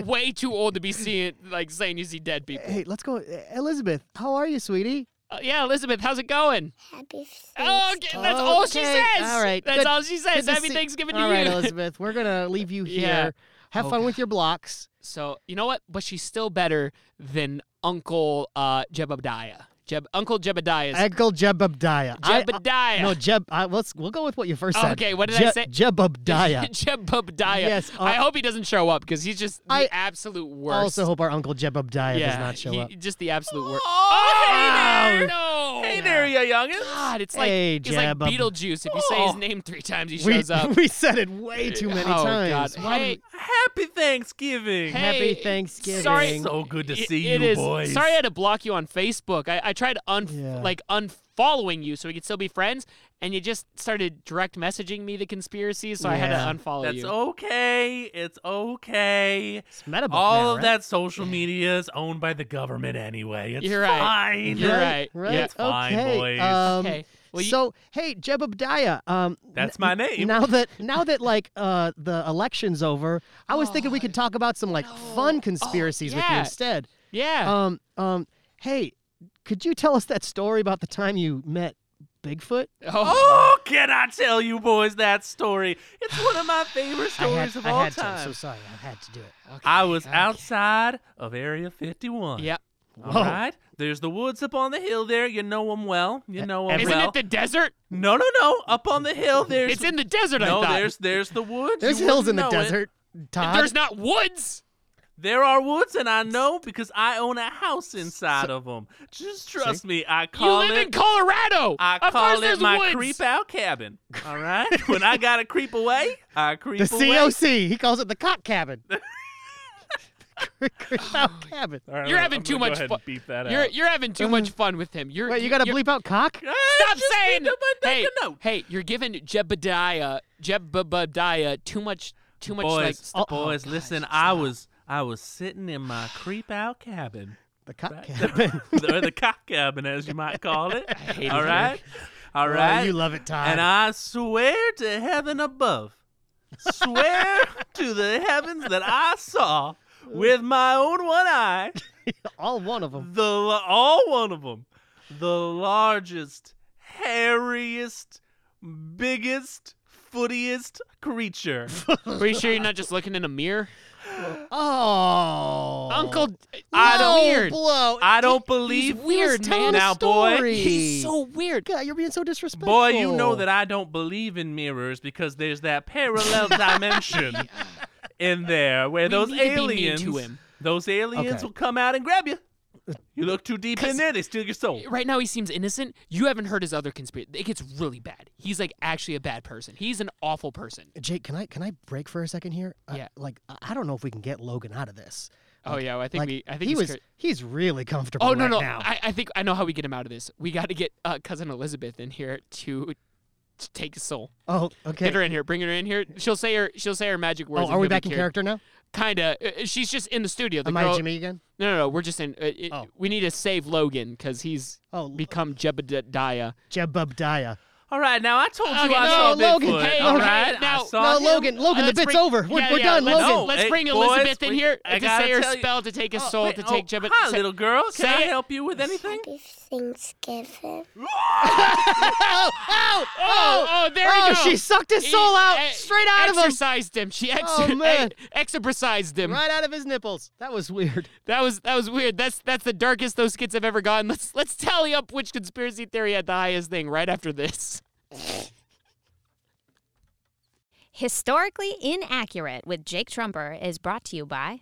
way too old to be seeing like saying you see dead people. Hey, let's go. Eh, Elizabeth, how are you, sweetie? Uh, yeah, Elizabeth, how's it going? Happy Oh, Thanksgiving. okay, that's all she Okay, says. all right, that's good- all she says. Good to Happy see- Thanksgiving to All you. right, Elizabeth, we're gonna leave you here. Yeah. Have Oh, fun God. with your blocks. So you know what? But she's still better than Uncle uh, Jebediah. Jeb Uncle Jebediah's Uncle Jebediah. I- Jebediah. No, Jeb. I, let's we'll go with what you first said. Okay, what did I Je- say? Jebediah. Jebediah. Yes, uh, I hope he doesn't show up because he's just the I absolute worst. I also hope our uncle Jebediah yeah, does not show he- up. Just the absolute worst. Oh, Ah, hey there! no! Hey there, you youngins. God, it's like Hey, it's like Jeb. um, Beetlejuice. If you say his Oh. name three times, he We, shows up. we said it way too many oh, times. God. Why Hey, did- Happy Thanksgiving. Hey, Happy sorry- Thanksgiving. So good to It- see it you, is- boys. Sorry I had to block you on Facebook. I, I tried un Yeah. like unfollowing you so we could still be friends, and you just started direct messaging me the conspiracies, so I had Yeah. to unfollow That's you. okay. It's okay. it's metabolic All now, of right? that social media is owned by the government anyway. It's You're right. fine. You're right. Right, Yeah. right. It's fine, okay. boys. Um, okay. Well, you, so hey, Jebediah. Um, That's n- my name. Now that now that like uh, the election's over, I was thinking we could talk about some like no. Oh, fun conspiracies with you yeah. instead. yeah. Oh. Um, um, hey, could you tell us that story about the time you met Bigfoot? Oh, Oh, can I tell you boys that story? It's one of my favorite I had, stories of I all had to. I'm time. so sorry. I had to do it. okay, I was okay. outside of Area Oh. 51. Yep. All Whoa. right. There's the woods up on the hill there. You know them well. You E- know them Isn't well. it the desert? no, no, no. Up on the hill, there's. It's in the desert. no, I thought. there's there's the woods. There's You hills in the wouldn't know it. desert, Todd. There's not woods. There are woods, and I know because I own a house inside of 'em. of them. Just trust me. I You call live it. in Colorado. I of course, call there's it my woods. creep out cabin. All right. when I gotta creep away, I creep the away. COC. He calls it the cock cabin. Creep out Oh, cabin. All right, You're I'm- having I'm too gonna go much ahead fu- and Beep that You're out. you're having too much fun with him. You're Mm-hmm. Wait, you gotta you're- bleep out cock? Ah, Stop just saying. need to put that hey, note. hey, you're giving Jebediah Jebediah too much too much like boys, stuff. boys, Oh, listen. gosh, I stop. was I was sitting in my creep out cabin, The cock right? cabin. or the cock cabin, as you might call it. hate All it. right, all Wow, right. you love it, Todd. and I swear to heaven above, swear to the heavens that I saw with my own one eye All one of them. the la- all one of them, the largest, hairiest, biggest, footiest creature. Are you sure you're not just looking in a mirror, Oh. Uncle? I Low don't- weird. Blow. I don't He's believe weird, man. Now, boy, He's so weird. God, you're being so disrespectful. Boy, you know that I don't believe in mirrors because there's that parallel dimension in there where We those need to be mean aliens, to him. those aliens Okay. will come out and grab you. You look too deep in there, they steal your soul. Right now, he seems innocent. You haven't heard his other conspiracy. It gets really bad. He's like actually a bad person. He's an awful person. Jake, can I can I break for a second here? Uh, Yeah. Like I- I don't know if we can get Logan out of this. Oh yeah, well, I think like, we. I think he he's was cra- he's really comfortable. Oh no right no! Now. I, I think I know how we get him out of this. We got to get uh, cousin Elizabeth in here to, to take his soul. oh Get her okay. in here. Bring her in here. She'll say her. She'll say her magic words. Oh, and are we he'll be back in cured. character now? Kinda. Uh, uh, She's just in the studio. The Am girl- I Jimmy again? No, no, no. We're just in. Uh, it, Oh. We need to save Logan because he's Oh, L- become Jebediah. Jebubdiah. All right, now I told Oh, you Okay, I no, saw Logan, Bigfoot. hey, all okay, right, now- I saw no, him. Logan, Logan, Uh, the let's bit's bring- over. We're, yeah, we're yeah, done, let's, Logan. No, Let's hey, bring boys, Elizabeth in we- here I to gotta say her tell you- spell to take his Oh, soul wait, to oh, take Jebediah. Hi, little girl. Can say I it. help you with anything? Happy Thanksgiving. Oh, oh, Oh, oh, there we oh, go. she sucked his soul out Eh, straight out of him. Exorcised him. She exor- Oh, man. eh, exorcised him. Right out of his nipples. That was weird. That was that was weird. That's that's the darkest those skits have ever gotten. Let's let's tally up which conspiracy theory had the highest thing right after this. Historically Inaccurate with Jake Trumper is brought to you by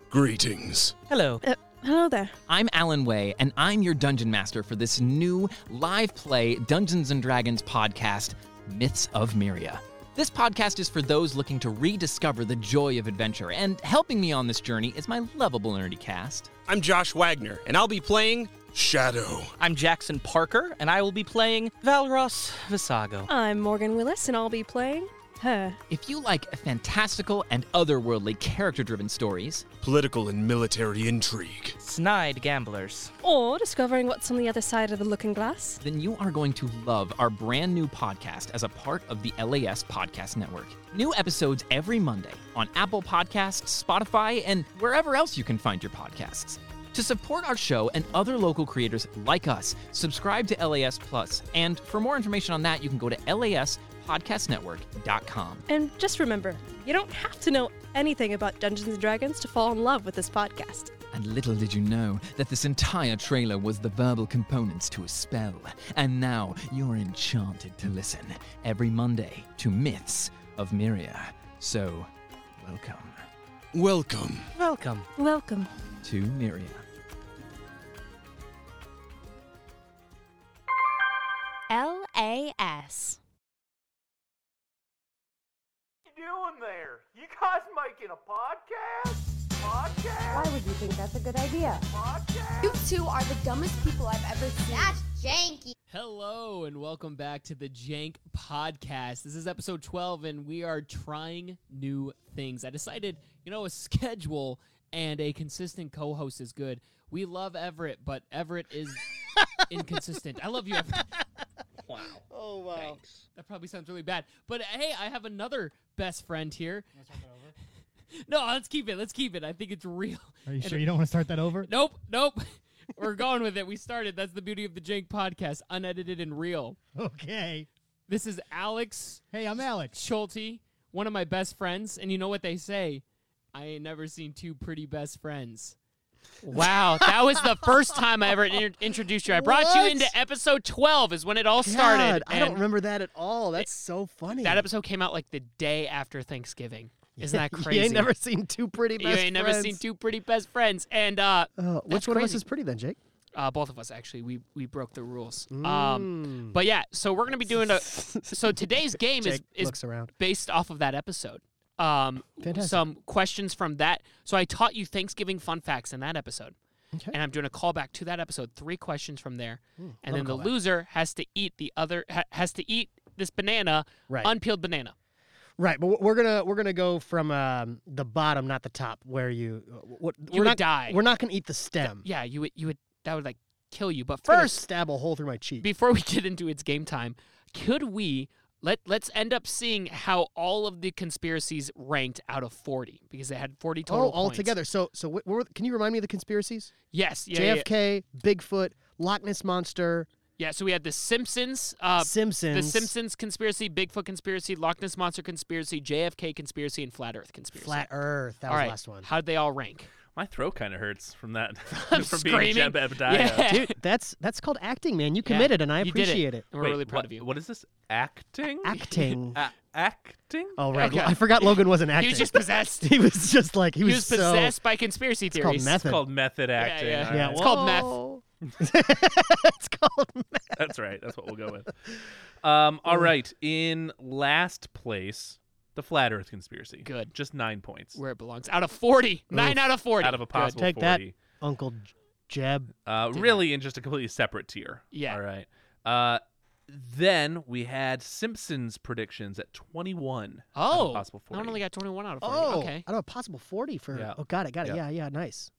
Greetings. Hello. Hello there. I'm Alan Way, and I'm your dungeon master for this new live play Dungeons and Dragons podcast, Myths of Myria. This podcast is for those looking to rediscover the joy of adventure, and helping me on this journey is my lovable nerdy cast. I'm Josh Wagner, and I'll be playing Shadow. I'm Jackson Parker, and I will be playing Valros Visago. Uh. I'm Morgan Willis, and I'll be playing her. If you like fantastical and otherworldly character driven stories, Political and military intrigue. Snide Gamblers. Or discovering what's on the other side of the looking glass. then you are going to love our brand new podcast as a part of the LAS Podcast Network. New episodes every Monday on Apple Podcasts, Spotify, and wherever else you can find your podcasts. To support our show and other local creators like us, subscribe to LAS Plus. And for more information on that, you can go to laspodcastnetwork.com. And just remember, you don't have to know anything about Dungeons and Dragons to fall in love with this podcast. And little did you know that this entire trailer was the verbal components to a spell. And now you're enchanted to listen every Monday to Myths of Myria. So, welcome. Welcome. Welcome. Welcome. To Myria. LAS. you doing there? You guys making a podcast? Podcast? Why would you think that's a good idea? Podcast? You two are the dumbest people I've ever seen. That's janky. Hello and welcome back to the Jank Podcast. This is episode 12 and we are trying new things. I decided, you know, a schedule and a consistent co host is good. We love Everett, but Everett is inconsistent. I love you, Everett. Wow. Oh, wow. That probably sounds really bad. But hey, I have another best friend here. no, let's keep it. Let's keep it. I think it's real. Are you And sure it- you don't want to start that over? Nope, nope. We're going with it. We started. That's the beauty of the Jank podcast, unedited and real. Okay. This is Alex. Hey, I'm Alex Schulte, one of my best friends, and you know what they say? I ain't never seen two pretty best friends. Wow, that was the first time I ever in- introduced you. I brought you What? into episode 12 is when it all started. God, I don't and remember that at all. That's so funny. That episode came out like the day after Thanksgiving. Isn't that You ain't crazy? never seen two pretty You best ain't never seen friends. two pretty best friends. And uh, Uh, that's which one of us crazy. is pretty then, Jake? Uh, both of us actually. We we broke the rules. Mm. Um, but yeah, so we're gonna be doing a. So today's game is Jake is looks around. based off of that episode. Um, Fantastic. some questions from that. So I taught you Thanksgiving fun facts in that episode, Okay. and I'm doing a callback to that episode. Three questions from there, Ooh, and then love a the callback. loser has to eat the other ha- has to eat this banana, Right. unpeeled banana. Right, but we're gonna we're gonna go from um, the bottom, not the top, where you. uh, What, You we're would not, die. We're not gonna eat the stem. Yeah, you would you would that would like kill you. But It's gonna first, stab a hole through my cheek. before we get into its game time, could we let let's end up seeing how all of the conspiracies ranked out of forty because they had forty total oh, all points. together. So so wh- what were- can you remind me of the conspiracies? Yes, yeah, yeah, yeah. JFK, Bigfoot, Loch Ness monster, Yeah, so we had the Simpsons, uh, the Simpsons. Simpsons conspiracy, Bigfoot conspiracy, Loch Ness monster conspiracy, JFK conspiracy, and flat Earth conspiracy. flat Earth. That all was right, the last one. How did they all rank? My throat kind of hurts from that. I'm from screaming. being Jebediah. Yeah. Dude, that's that's called acting, man. You committed, and I you did appreciate it. And we're Wait, really proud what- of you. What is this? Acting? Acting. A- acting? Oh right, Uh, Okay. I forgot Logan wasn't acting. He was just possessed. he was just like he, He was, so- possessed by conspiracy it's called theories. method. It's called method acting. yeah. all Yeah, right. It's called meth. whoa. it's called meth. That's right. That's what we'll go with. Um, all Mm. right. In last place, the flat Earth conspiracy. Good. Just nine points Where it belongs. Out of 40. Nine out of 40. out of a possible Take that, forty. Uncle J- Jeb. Uh, really, in just a completely separate tier. Yeah. All right. Uh, then we had Simpsons predictions at twenty-one. out of Oh, a possible I forty. only got 21 out of 40. Oh, okay. out of a possible forty for. Yeah. Oh, got it, got it. Yeah. Yeah, yeah, nice.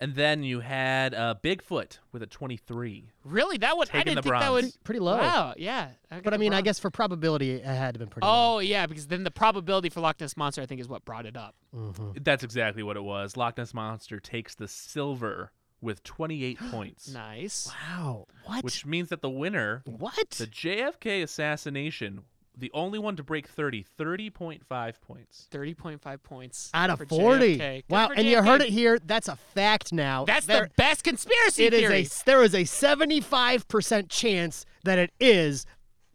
and then you had uh, Bigfoot with a twenty-three. Really? That would I Taking didn't the think that bronze. was Pretty low. Wow, yeah. got But I the mean, I bronze. guess for probability, it had to been pretty. low. Oh, yeah, because then the probability for Loch Ness monster I think is what brought it up. Mm-hmm. That's exactly what it was. Loch Ness monster takes the silver with twenty-eight points, Nice. wow, what? which means that the winner what? The JFK assassination, the only one to break 30, 30.5 points. 30.5 points out of for 40. JFK. Good Wow, for and you heard JFK. it here. That's a fact now. That's there, the best conspiracy Oh, It is theory. a there is a 75% chance that it is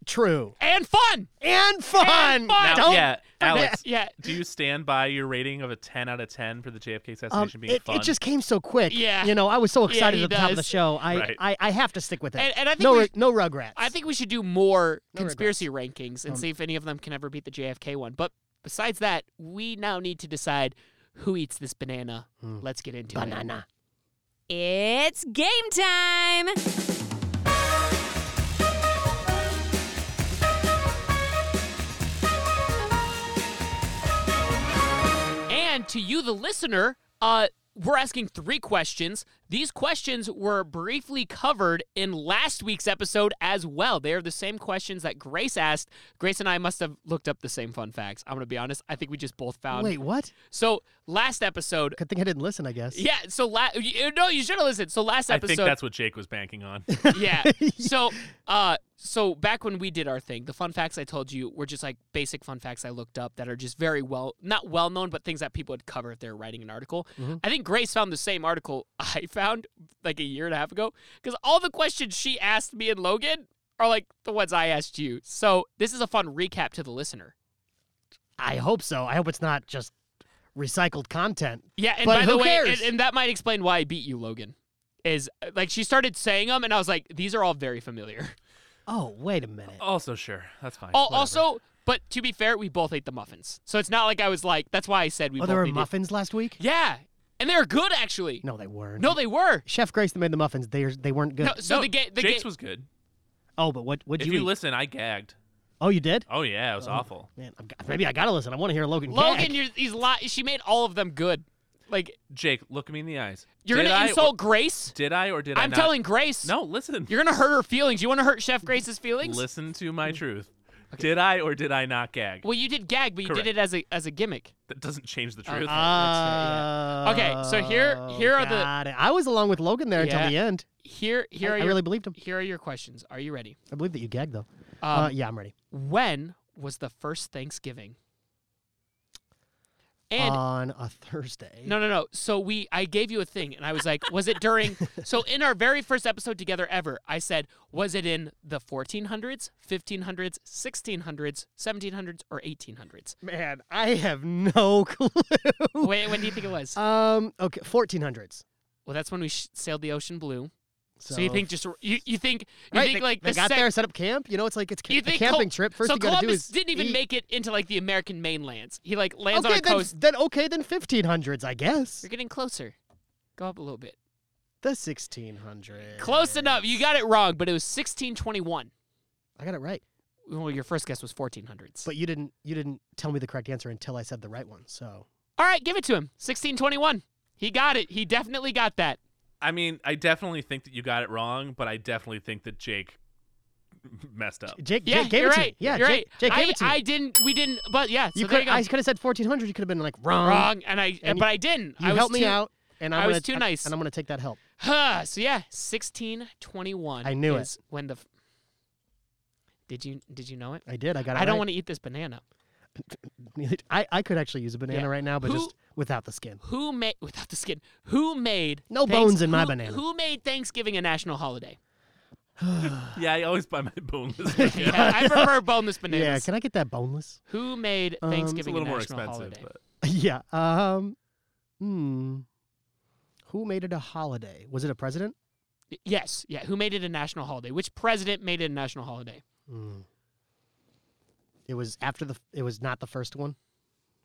true. and fun. And fun. And fun! Now, Don't- yeah, Alex, Yeah. do you stand by your rating of a 10 out of 10 for the JFK um, assassination being it, fun? it just came so quick. Yeah. You know, I was so Yeah, excited he at the top of the does. show. I, Right. I, I have to stick with it. And- and I think no, we re- sh- no regrets. I think we should do more No conspiracy rankings and Um, see if any of them can ever beat the JFK one. But besides that, we now need to decide who eats this banana. Let's get into it. Hmm. Banana. It's game time! And to you, the listener, uh, we're asking three questions. These questions were briefly covered in last week's episode as well. They are the same questions that Grace asked. Grace and I must have looked up the same fun facts. I'm going to be honest. I think we just both found. Wait, what? So last episode. Good thing I didn't listen, I guess. Yeah. So last. No, you should have listened. So last I episode. think that's what Jake was banking on. yeah. So, uh, so back when we did our thing, the fun facts I told you were just like basic fun facts I looked up that are just very well, not well known, but things that people would cover if they're writing an article. Mm-hmm. Mhm. I think Grace found the same article I found like a year and a half ago because all the questions she asked me and Logan are like the ones I asked you. So this is a fun recap to the listener. I hope so. I hope it's not just recycled content. Yeah, and by But who the way, and, cares? and that might explain why I beat you, Logan. Is uh, like she started saying them, and I was like, these are all very familiar. Oh, wait a minute. Also, sure, that's fine. Oh, Whatever. also, but to be fair, we both ate the muffins, so it's not like I was like. That's why I said we. oh, both there were ate it. muffins last week? Yeah, and they were good actually. No, they weren't. No, they were. Chef Grace that made the muffins. They they weren't good. No, so the game. The Jake's ga- was good. oh, but what what If you, you, eat? listen, I gagged. Oh, you did? Oh yeah, it was Oh, awful. Man, I'm, maybe I gotta listen. I want to hear Logan. Logan, gag. you're, he's li- She made all of them good. Like Jake, look me in the eyes. you're Did gonna I insult or- Grace. Did I or did I? I'm not? telling Grace. No, listen. You're gonna hurt her feelings. You want to hurt Chef Grace's feelings? Listen to my truth. Did I or did I not gag? Well, you did gag, but you Correct. did it as a as a gimmick. That doesn't change the truth. Uh-huh. that's fair, yeah. Uh, Okay, so here- here are the- the. Oh, I was along with Logan there Yeah. until the end. Here, here I- are I your, really believed him. Here are your questions. Are you ready? I believe that you gagged though. Um, uh, yeah, I'm ready. When was the first Thanksgiving? And On a Thursday. No, no, no. So we, I gave you a thing, and I was like, was it during? so in our very first episode together ever, I said, was it in the 1400s, 1500s, 1600s, 1700s, or 1800s? Man, I have no clue. Wait, when do you think it was? Um. Okay. 1400s. well, that's when we sh- sailed the ocean blue. So, you So- think just you, you think you right. think they, like they the got sec- there, set up camp. You know, it's like it's ca- You a think Col- camping trip. First so you gotta Columbus do is didn't even eat. make it into like the American mainlands. He like lands Okay, on a then, coast. then okay, then 1500s, I guess. You're getting closer. Go up a little bit. The 1600s. Close enough. You got it wrong, but it was 1621. I got it right, Well, your first guess was 1400s. but you didn't. You didn't tell me the correct answer until I said the right one. So All right, give it to him. 1621. He got it. He definitely got that. I mean, I definitely think that you got it wrong, but I definitely think that Jake messed up. Jake, Yeah, Jake gave you're it to right. me. Yeah, you're Jake, right. Jake gave I, it to me. I didn't. We didn't. But yeah. So you there could. you go. I could have said 1400. You could have been like wrong. Wrong, and I. And but I didn't. You I was helped me too- out, and I'm I was gonna- too I'm- nice. and I'm gonna take that help. Huh, so yeah, 1621. I knew it. is When the. f- Did you Did you know it? I did. I got it. I don't right. want to eat this banana. I, I could actually use a banana Yeah. right now, but Who- just without the skin. Who made without the skin? Who made No thanks- bones in my who- banana. Who made Thanksgiving a national holiday? Yeah, I always buy my boneless. Yeah, I prefer boneless bananas. Yeah, can I get that boneless? Who made Um, Thanksgiving it's a little a more national expensive, holiday? but yeah. Um. Hmm. Who made it a holiday? Was it a president? Y- Yes, yeah. Who made it a national holiday? Which president made it a national holiday? Mm. It was after the. It was not the first one.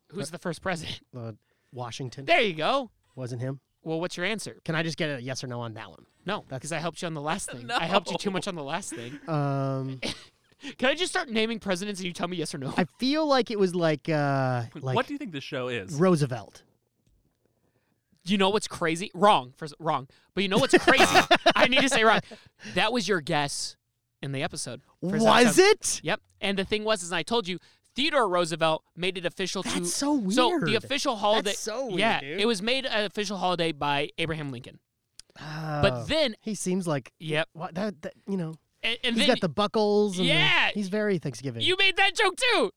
Who's the first president? Uh, Washington There you go. wasn't him. Well, what's your answer? Can I just get a yes or no on that one? No, because I helped you on the last thing. I helped you too much on the last thing. Um, Can I just start naming presidents and you tell me yes or no? I feel like it was like uh, like what do you think this show is? Roosevelt. You know what's crazy? Wrong. First, wrong. But you know what's crazy? I need to say wrong. That was your guess in the episode. First Was episode. it? Yep. And the thing was, is I told you, Theodore Roosevelt made it official to. That's so So the weird. official holiday. so weird, Yeah, dude. it was made an official holiday by Abraham Lincoln. Oh, But then, he seems like yep. what that, that you know And, he's and then got the buckles. And the- Yeah. he's very Thanksgiving. you made that joke too.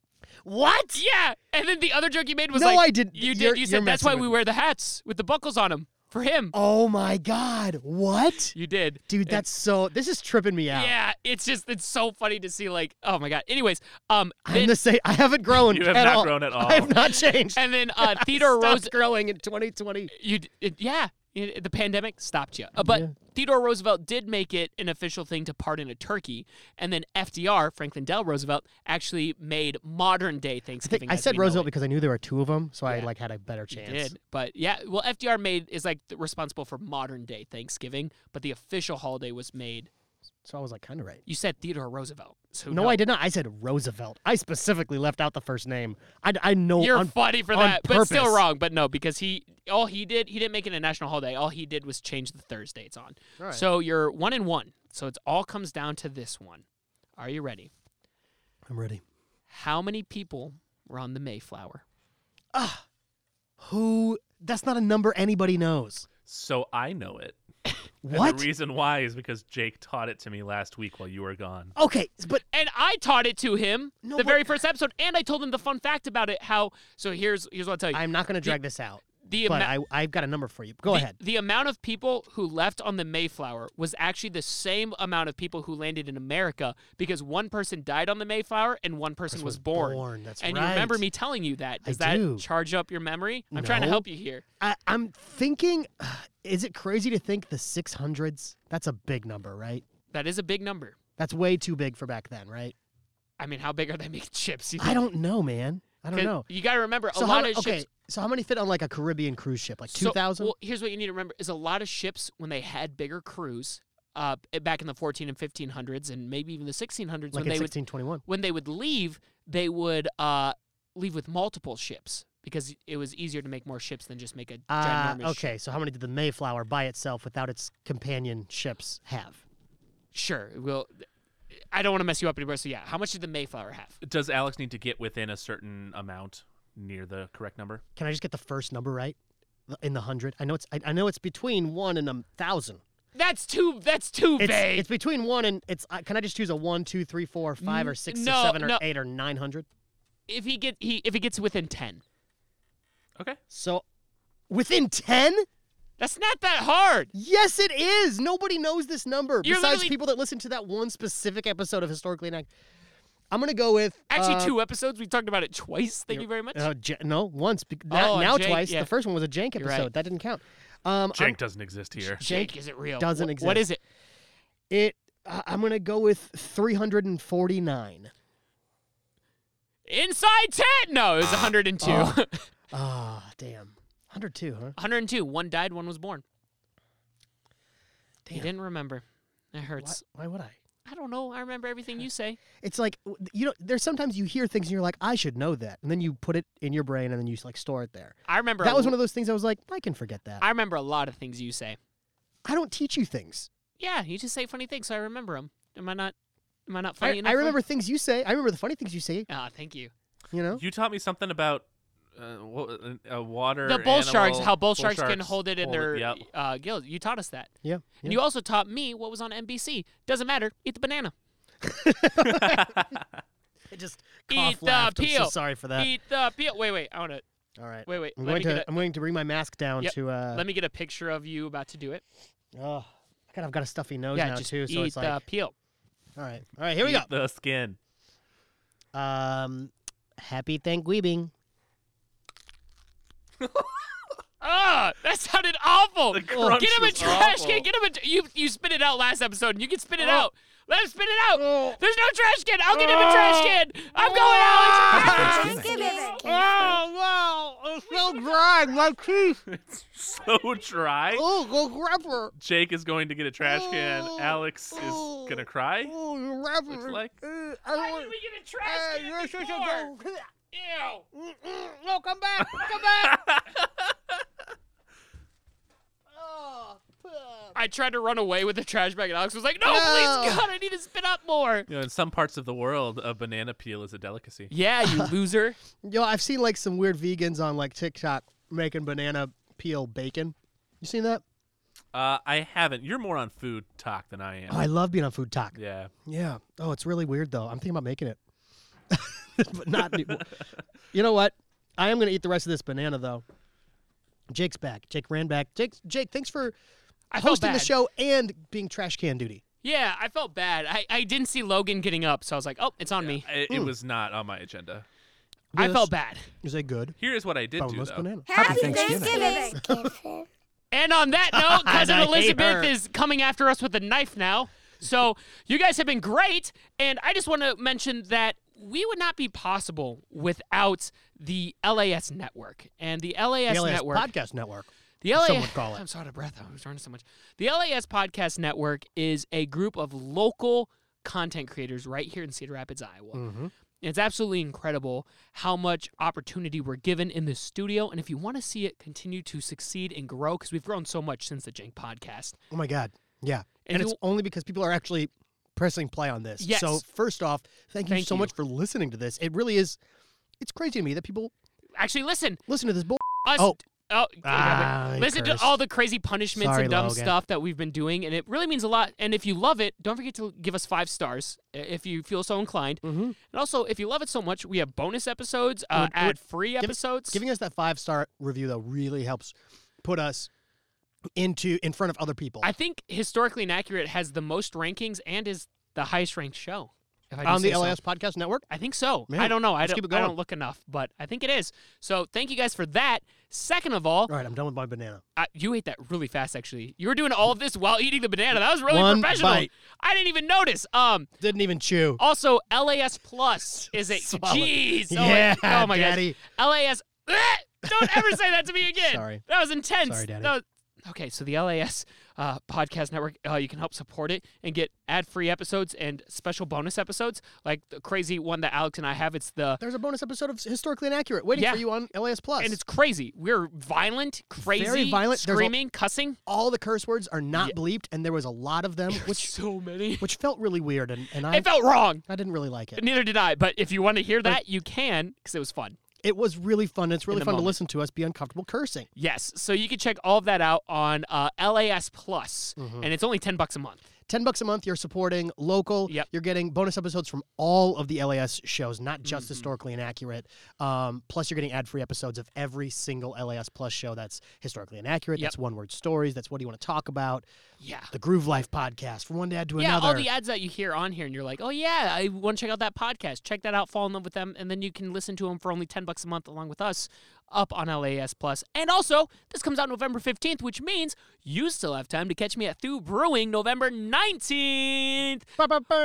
what? Yeah. And then the other joke you made was No, like, I didn't. You did. You're- you you're said that's why messing we with wear the hats with the buckles on them for him. Oh my God! What? You did. Dude, that's so. This is tripping me out. Yeah, it's just it's so funny to see like oh my god. Anyways, um, I'm then- the same. I haven't grown. You have at not all. grown at all. I have not changed. and then uh, Theodore Stopped Roosevelt. growing in 2020. You d- it, yeah, it- the pandemic stopped you, uh, but Yeah. Theodore Roosevelt did make it an official thing to pardon a turkey, and then FDR Franklin Del Roosevelt actually made modern day I, think Thanksgiving. I as said we know Roosevelt it. because I knew there were two of them, so I Yeah. like had a better chance. He did, but yeah, well FDR made is like the, responsible for modern day Thanksgiving, but the official holiday was made So I was like, kind of right. You said Theodore Roosevelt. So no, I did not. I said Roosevelt. I specifically left out the first name. I, I know You're Oh, on- funny for on that, but still purpose. wrong. But no, because he all he did he didn't make it a national holiday. All he did was change the Thursday it's on. All right. So you're one and one. So it's all comes down to this one. Are you ready? I'm ready. How many people were on the Mayflower? Who? That's not a number anybody knows. So I know it. And What? the reason why is because Jake taught it to me last week while you were gone. Okay, but and I taught it to him No, the but- very first episode, and I told him the fun fact about it. How so? Here's here's what I'll tell you. I'm not going to The- drag this out. the but amou- I, I've got a number for you. Go the, ahead. The amount of people who left on the Mayflower was actually the same amount of people who landed in America because one person died on the Mayflower and one person was, born. born, that's and you remember right. me telling you that. I Does that do. charge up your memory? I'm trying to No. help you here. I, I'm thinking, is it crazy to think the 600s? That's a big number, right? That is a big number. That's way too big for back then, right? I mean, how big are they making chips? You I think? don't know, man. I don't 'Cause know. You got to remember a So how, lot of okay, ships. so how many fit on like a Caribbean cruise ship? Like So- 2,000? well, here's what you need to remember: is a lot of ships when they had bigger crews, uh, back in the 14 and 1500s, and maybe even the 1600s, like when in they would 1621. when they would leave, they would uh, leave with multiple ships because it was easier to make more ships than just make a Ah, ginormous ship. okay, so how many did the Mayflower by itself without its companion ships have? Sure. Well, I don't want to mess you up anymore. So yeah, how much did the Mayflower have? Does Alex need to get within a certain amount near the correct number? Can I just get the first number right? The- In the hundred, I know it's I, I know it's between one and a thousand. That's too. That's too It's, vague. it's between one and it's. Uh, can I just choose a one, two, three, four, five, or six, or no, seven, or no. eight, or nine hundred? if he get he if he gets within ten, Okay. So, within ten? that's not that hard. Yes, it is. Nobody knows this number You're besides literally- people that listen to that one specific episode of Historically Inaccurate. I'm gonna go with Actually, uh, two episodes. We talked about it twice. Thank you're- you very much. Uh, ja- no, once. Be- now Oh, a now jank, twice. yeah. The first one was a jank You're episode. right. That didn't count. Um, I'm- Jake doesn't exist here. Jake, Jake is it real? doesn't Wh- What exist. is it? It. I I'm gonna go with 349. Inside ten? No, it was 102. Oh. Ah, damn. 102, huh? 102. One died. One was born. He Damn. didn't remember. It Why, hurts. why would I? I don't know. I remember everything you say. It's like w- you know. There's sometimes you hear things and you're like, I should know that, and then you put it in your brain and then you s- like store it there. I remember. That a was l- one of those things I was like, I can forget that. I remember a lot of things you say. I don't teach you things. Yeah, you just say funny things, so I remember them. Am I not? Am I not funny I, enough? I for remember you? things you say. I remember the funny things you say. Ah, thank you. You know. You taught me something about uh, wa- uh, water. The bull sharks, animal- how bull, sharks, can hold it in hold their yep. uh, gills. You taught us that, Yeah. and you also taught me what was on NBC. Doesn't matter. Eat the banana. I just Eat cough the laughed. I'm peel. so sorry for that. Eat the peel. Wait, wait. I want to. All right. Wait, wait. I'm let going me get to. a- I'm going to bring my mask down Yep. to. Uh, Let me get a picture of you about to do it. Oh, God, I've got a stuffy nose yeah, now just too, eat so it's like. the peel. All right. All right. Here we Eat go. The skin. Um, happy Thanksgiving. Ah, that sounded awful. The Oh. crunch get him a was trash awful. can. Get him a. You you spit it out last episode, and you can spit it Oh. out. Let him spit it out. Oh. There's no trash can. I'll get him a trash can. I'm going, Oh. Alex. Thanksgiving. wow, it's so dry, my teeth. So dry. Oh, go grabber. Jake is going to get a trash can. Oh, Alex is gonna cry. Oh, you Looks like. I Why did we get a trash can before? Ew. No, come back. Come back. I tried to run away with the trash bag, and Alex was like, "No, No. please, God, I need to spit up more." You know, in some parts of the world, a banana peel is a delicacy. Yeah, you loser. Yo, I've seen like some weird vegans on like TikTok making banana peel bacon. You seen that? Uh, I haven't. You're more on food talk than I am. Oh, I love being on food talk. yeah. Yeah. Oh, it's really weird though. I'm thinking about making it, but not. anymore. you know what? I am gonna eat the rest of this banana though. Jake's back. Jake ran back. Jake, Jake, thanks for I felt hosting the bad. show and being trash can duty. Yeah, I felt bad. I, I didn't see Logan getting up, so I was like, "Oh, it's on me." I- it Mm. was not on my agenda. I This felt bad. Is a good Here is what I did boneless do though. banana. Happy Thanksgiving. Thanksgiving. Thanksgiving. And on that note, cousin I hate her. Elizabeth is coming after us with a knife now. So you guys have been great, and I just want to mention that we would not be possible without the LAS network and the LAS, The LAS network. Podcast Network. The LA, Some would call it. I'm so out of breath. I was running so much. The LAS Podcast Network is a group of local content creators right here in Cedar Rapids, Iowa. Mhm. And It's absolutely incredible how much opportunity we're given in this studio. And if you want to see it continue to succeed and grow, because we've grown so much since the Jank podcast. Oh my God. Yeah. And And, it's you- only because people are actually pressing play on this. Yes. So first off, thank you Thank so you. much for listening to this. It really is it's crazy to me that people Actually, listen. listen to this bull. Us, Oh. Oh, yeah, Ah, but I listen cursed. to all the crazy punishments Sorry, and dumb Logan. stuff that we've been doing, and it really means a lot. And if you love it, don't forget to give us five stars i- if you feel so inclined. And also, if you love it so much, we have bonus episodes, uh, Mm-hmm. Would- would- ad-free give- episodes. Giving us that five star review though really helps put us into in front of other people. I think historically inaccurate has the most rankings and is the highest ranked show. If I do on the say so. LAS podcast network. I think so. Man, I don't know. I let's don't, keep it I going. don't look enough, but I think it is. So thank you guys for that. Second of all, All right, I'm done with my banana. uh, you ate that really fast, actually. You were doing all of this while eating the banana. That was really One professional. bite. I didn't even notice. Um. Didn't even chew. Also, LAS Plus is it? Swallow. Jeez. Oh, Yeah, I- oh my Daddy. gosh. LAS. Don't ever say that to me again. Sorry. That was intense. Sorry, Daddy. That was- okay, so the LAS uh, podcast network, uh, you can help support it and get ad-free episodes and special bonus episodes, like the crazy one that Alex and I have. It's the There's a bonus episode of Historically Inaccurate waiting Yeah. for you on LAS Plus. and it's crazy. We're violent, crazy, violent. There's a- screaming, cussing. all the curse words are not bleeped, and there was a lot of them, which so many, which felt really weird, and, and I It felt wrong. I didn't really like it. Neither did I. But if you want to hear that, you can because it was fun. It was really fun. It's really the fun to moment. listen to us be uncomfortable cursing. Yes. So you can check all of that out on uh, LAS Plus, Mhm. and it's only ten bucks a month. Ten bucks a month, you're supporting local. Yep. You're getting bonus episodes from all of the LAS shows, not Mm-hmm. just historically inaccurate. Um, plus, you're getting ad-free episodes of every single LAS Plus show that's historically inaccurate. Yep. That's one-word stories. That's what do you want to talk about? Yeah. The Groove Life podcast, from one dad to yeah, another. all the ads that you hear on here, and you're like, oh yeah, I want to check out that podcast. Check that out, fall in love with them, and then you can listen to them for only ten bucks a month along with us up on LAS Plus. And also, this comes out November fifteenth, which means you still have time to catch me at Thew Brewing November nineteenth.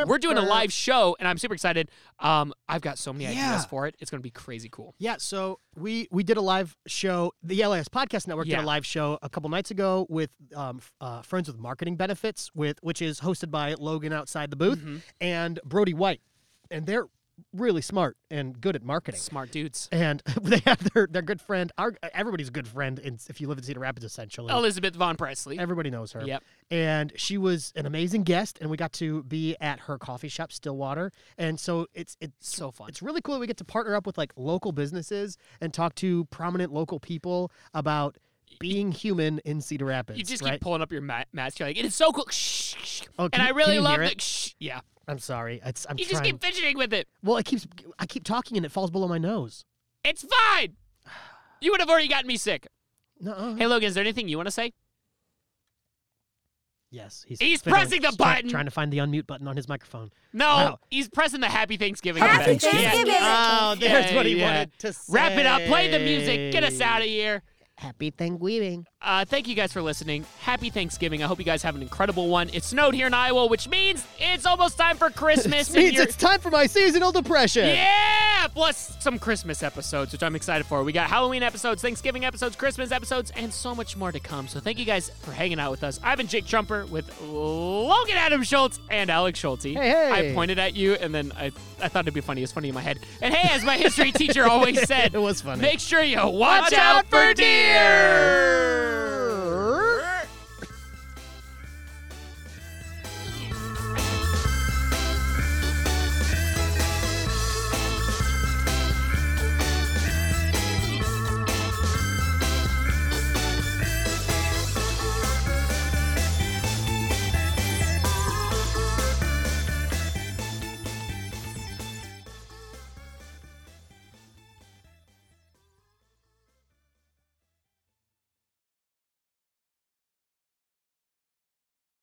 We're doing a live show, and I'm super excited. Um, I've got so many Yeah. ideas for it. It's gonna be crazy cool. Yeah, so we we did a live show. The LAS Podcast Network did Yeah. a live show a couple nights ago with um, f- uh, Friends with Marketing Benefits, with which is hosted by Logan outside the booth and Brody White, and they're really smart and good at marketing. Smart dudes. And they have their, their good friend. Our everybody's good friend. In, if you live in Cedar Rapids, essentially, Elizabeth Von Presley. everybody knows her. Yep. And she was an amazing guest, and we got to be at her coffee shop, Stillwater. And so it's it's So fun. it's really cool that we get to partner up with like local businesses and talk to prominent local people about being human in Cedar Rapids. You just right? keep pulling up your ma- mask. You're like, it's so cool. Shh, shh. Oh, and can I you- really can you love hear it. it? Shh. Yeah. I'm sorry. It's, I'm you trying. just keep fidgeting with it. well, it keeps. I keep talking and it falls below my nose. It's fine. You would have already gotten me sick. No. Hey, Logan, is there anything you want to say? Yes, he's. He's fiddling. pressing the He's try- button. Trying to find the unmute button on his microphone. No, Wow. he's pressing the Happy Thanksgiving. Happy button. Yeah. Thanksgiving. Oh, there's what he Yeah. wanted to Wrap it up. Play the music. Get us out of here. Happy Thanksgiving. Uh, thank you guys for listening. Happy Thanksgiving. I hope you guys have an incredible one. It snowed here in Iowa, which means it's almost time for Christmas. This and means you're- it's time for my seasonal depression. Yeah, plus some Christmas episodes, which I'm excited for. We got Halloween episodes, Thanksgiving episodes, Christmas episodes, and so much more to come. So thank you guys for hanging out with us. I've been Jake Trumper with Logan Adam Schultz and Alex Schulte. hey. I pointed at you, and then I, I thought it'd be funny. It's funny in my head. And hey, as my history teacher always said, It was funny. make sure you watch, out, for deer.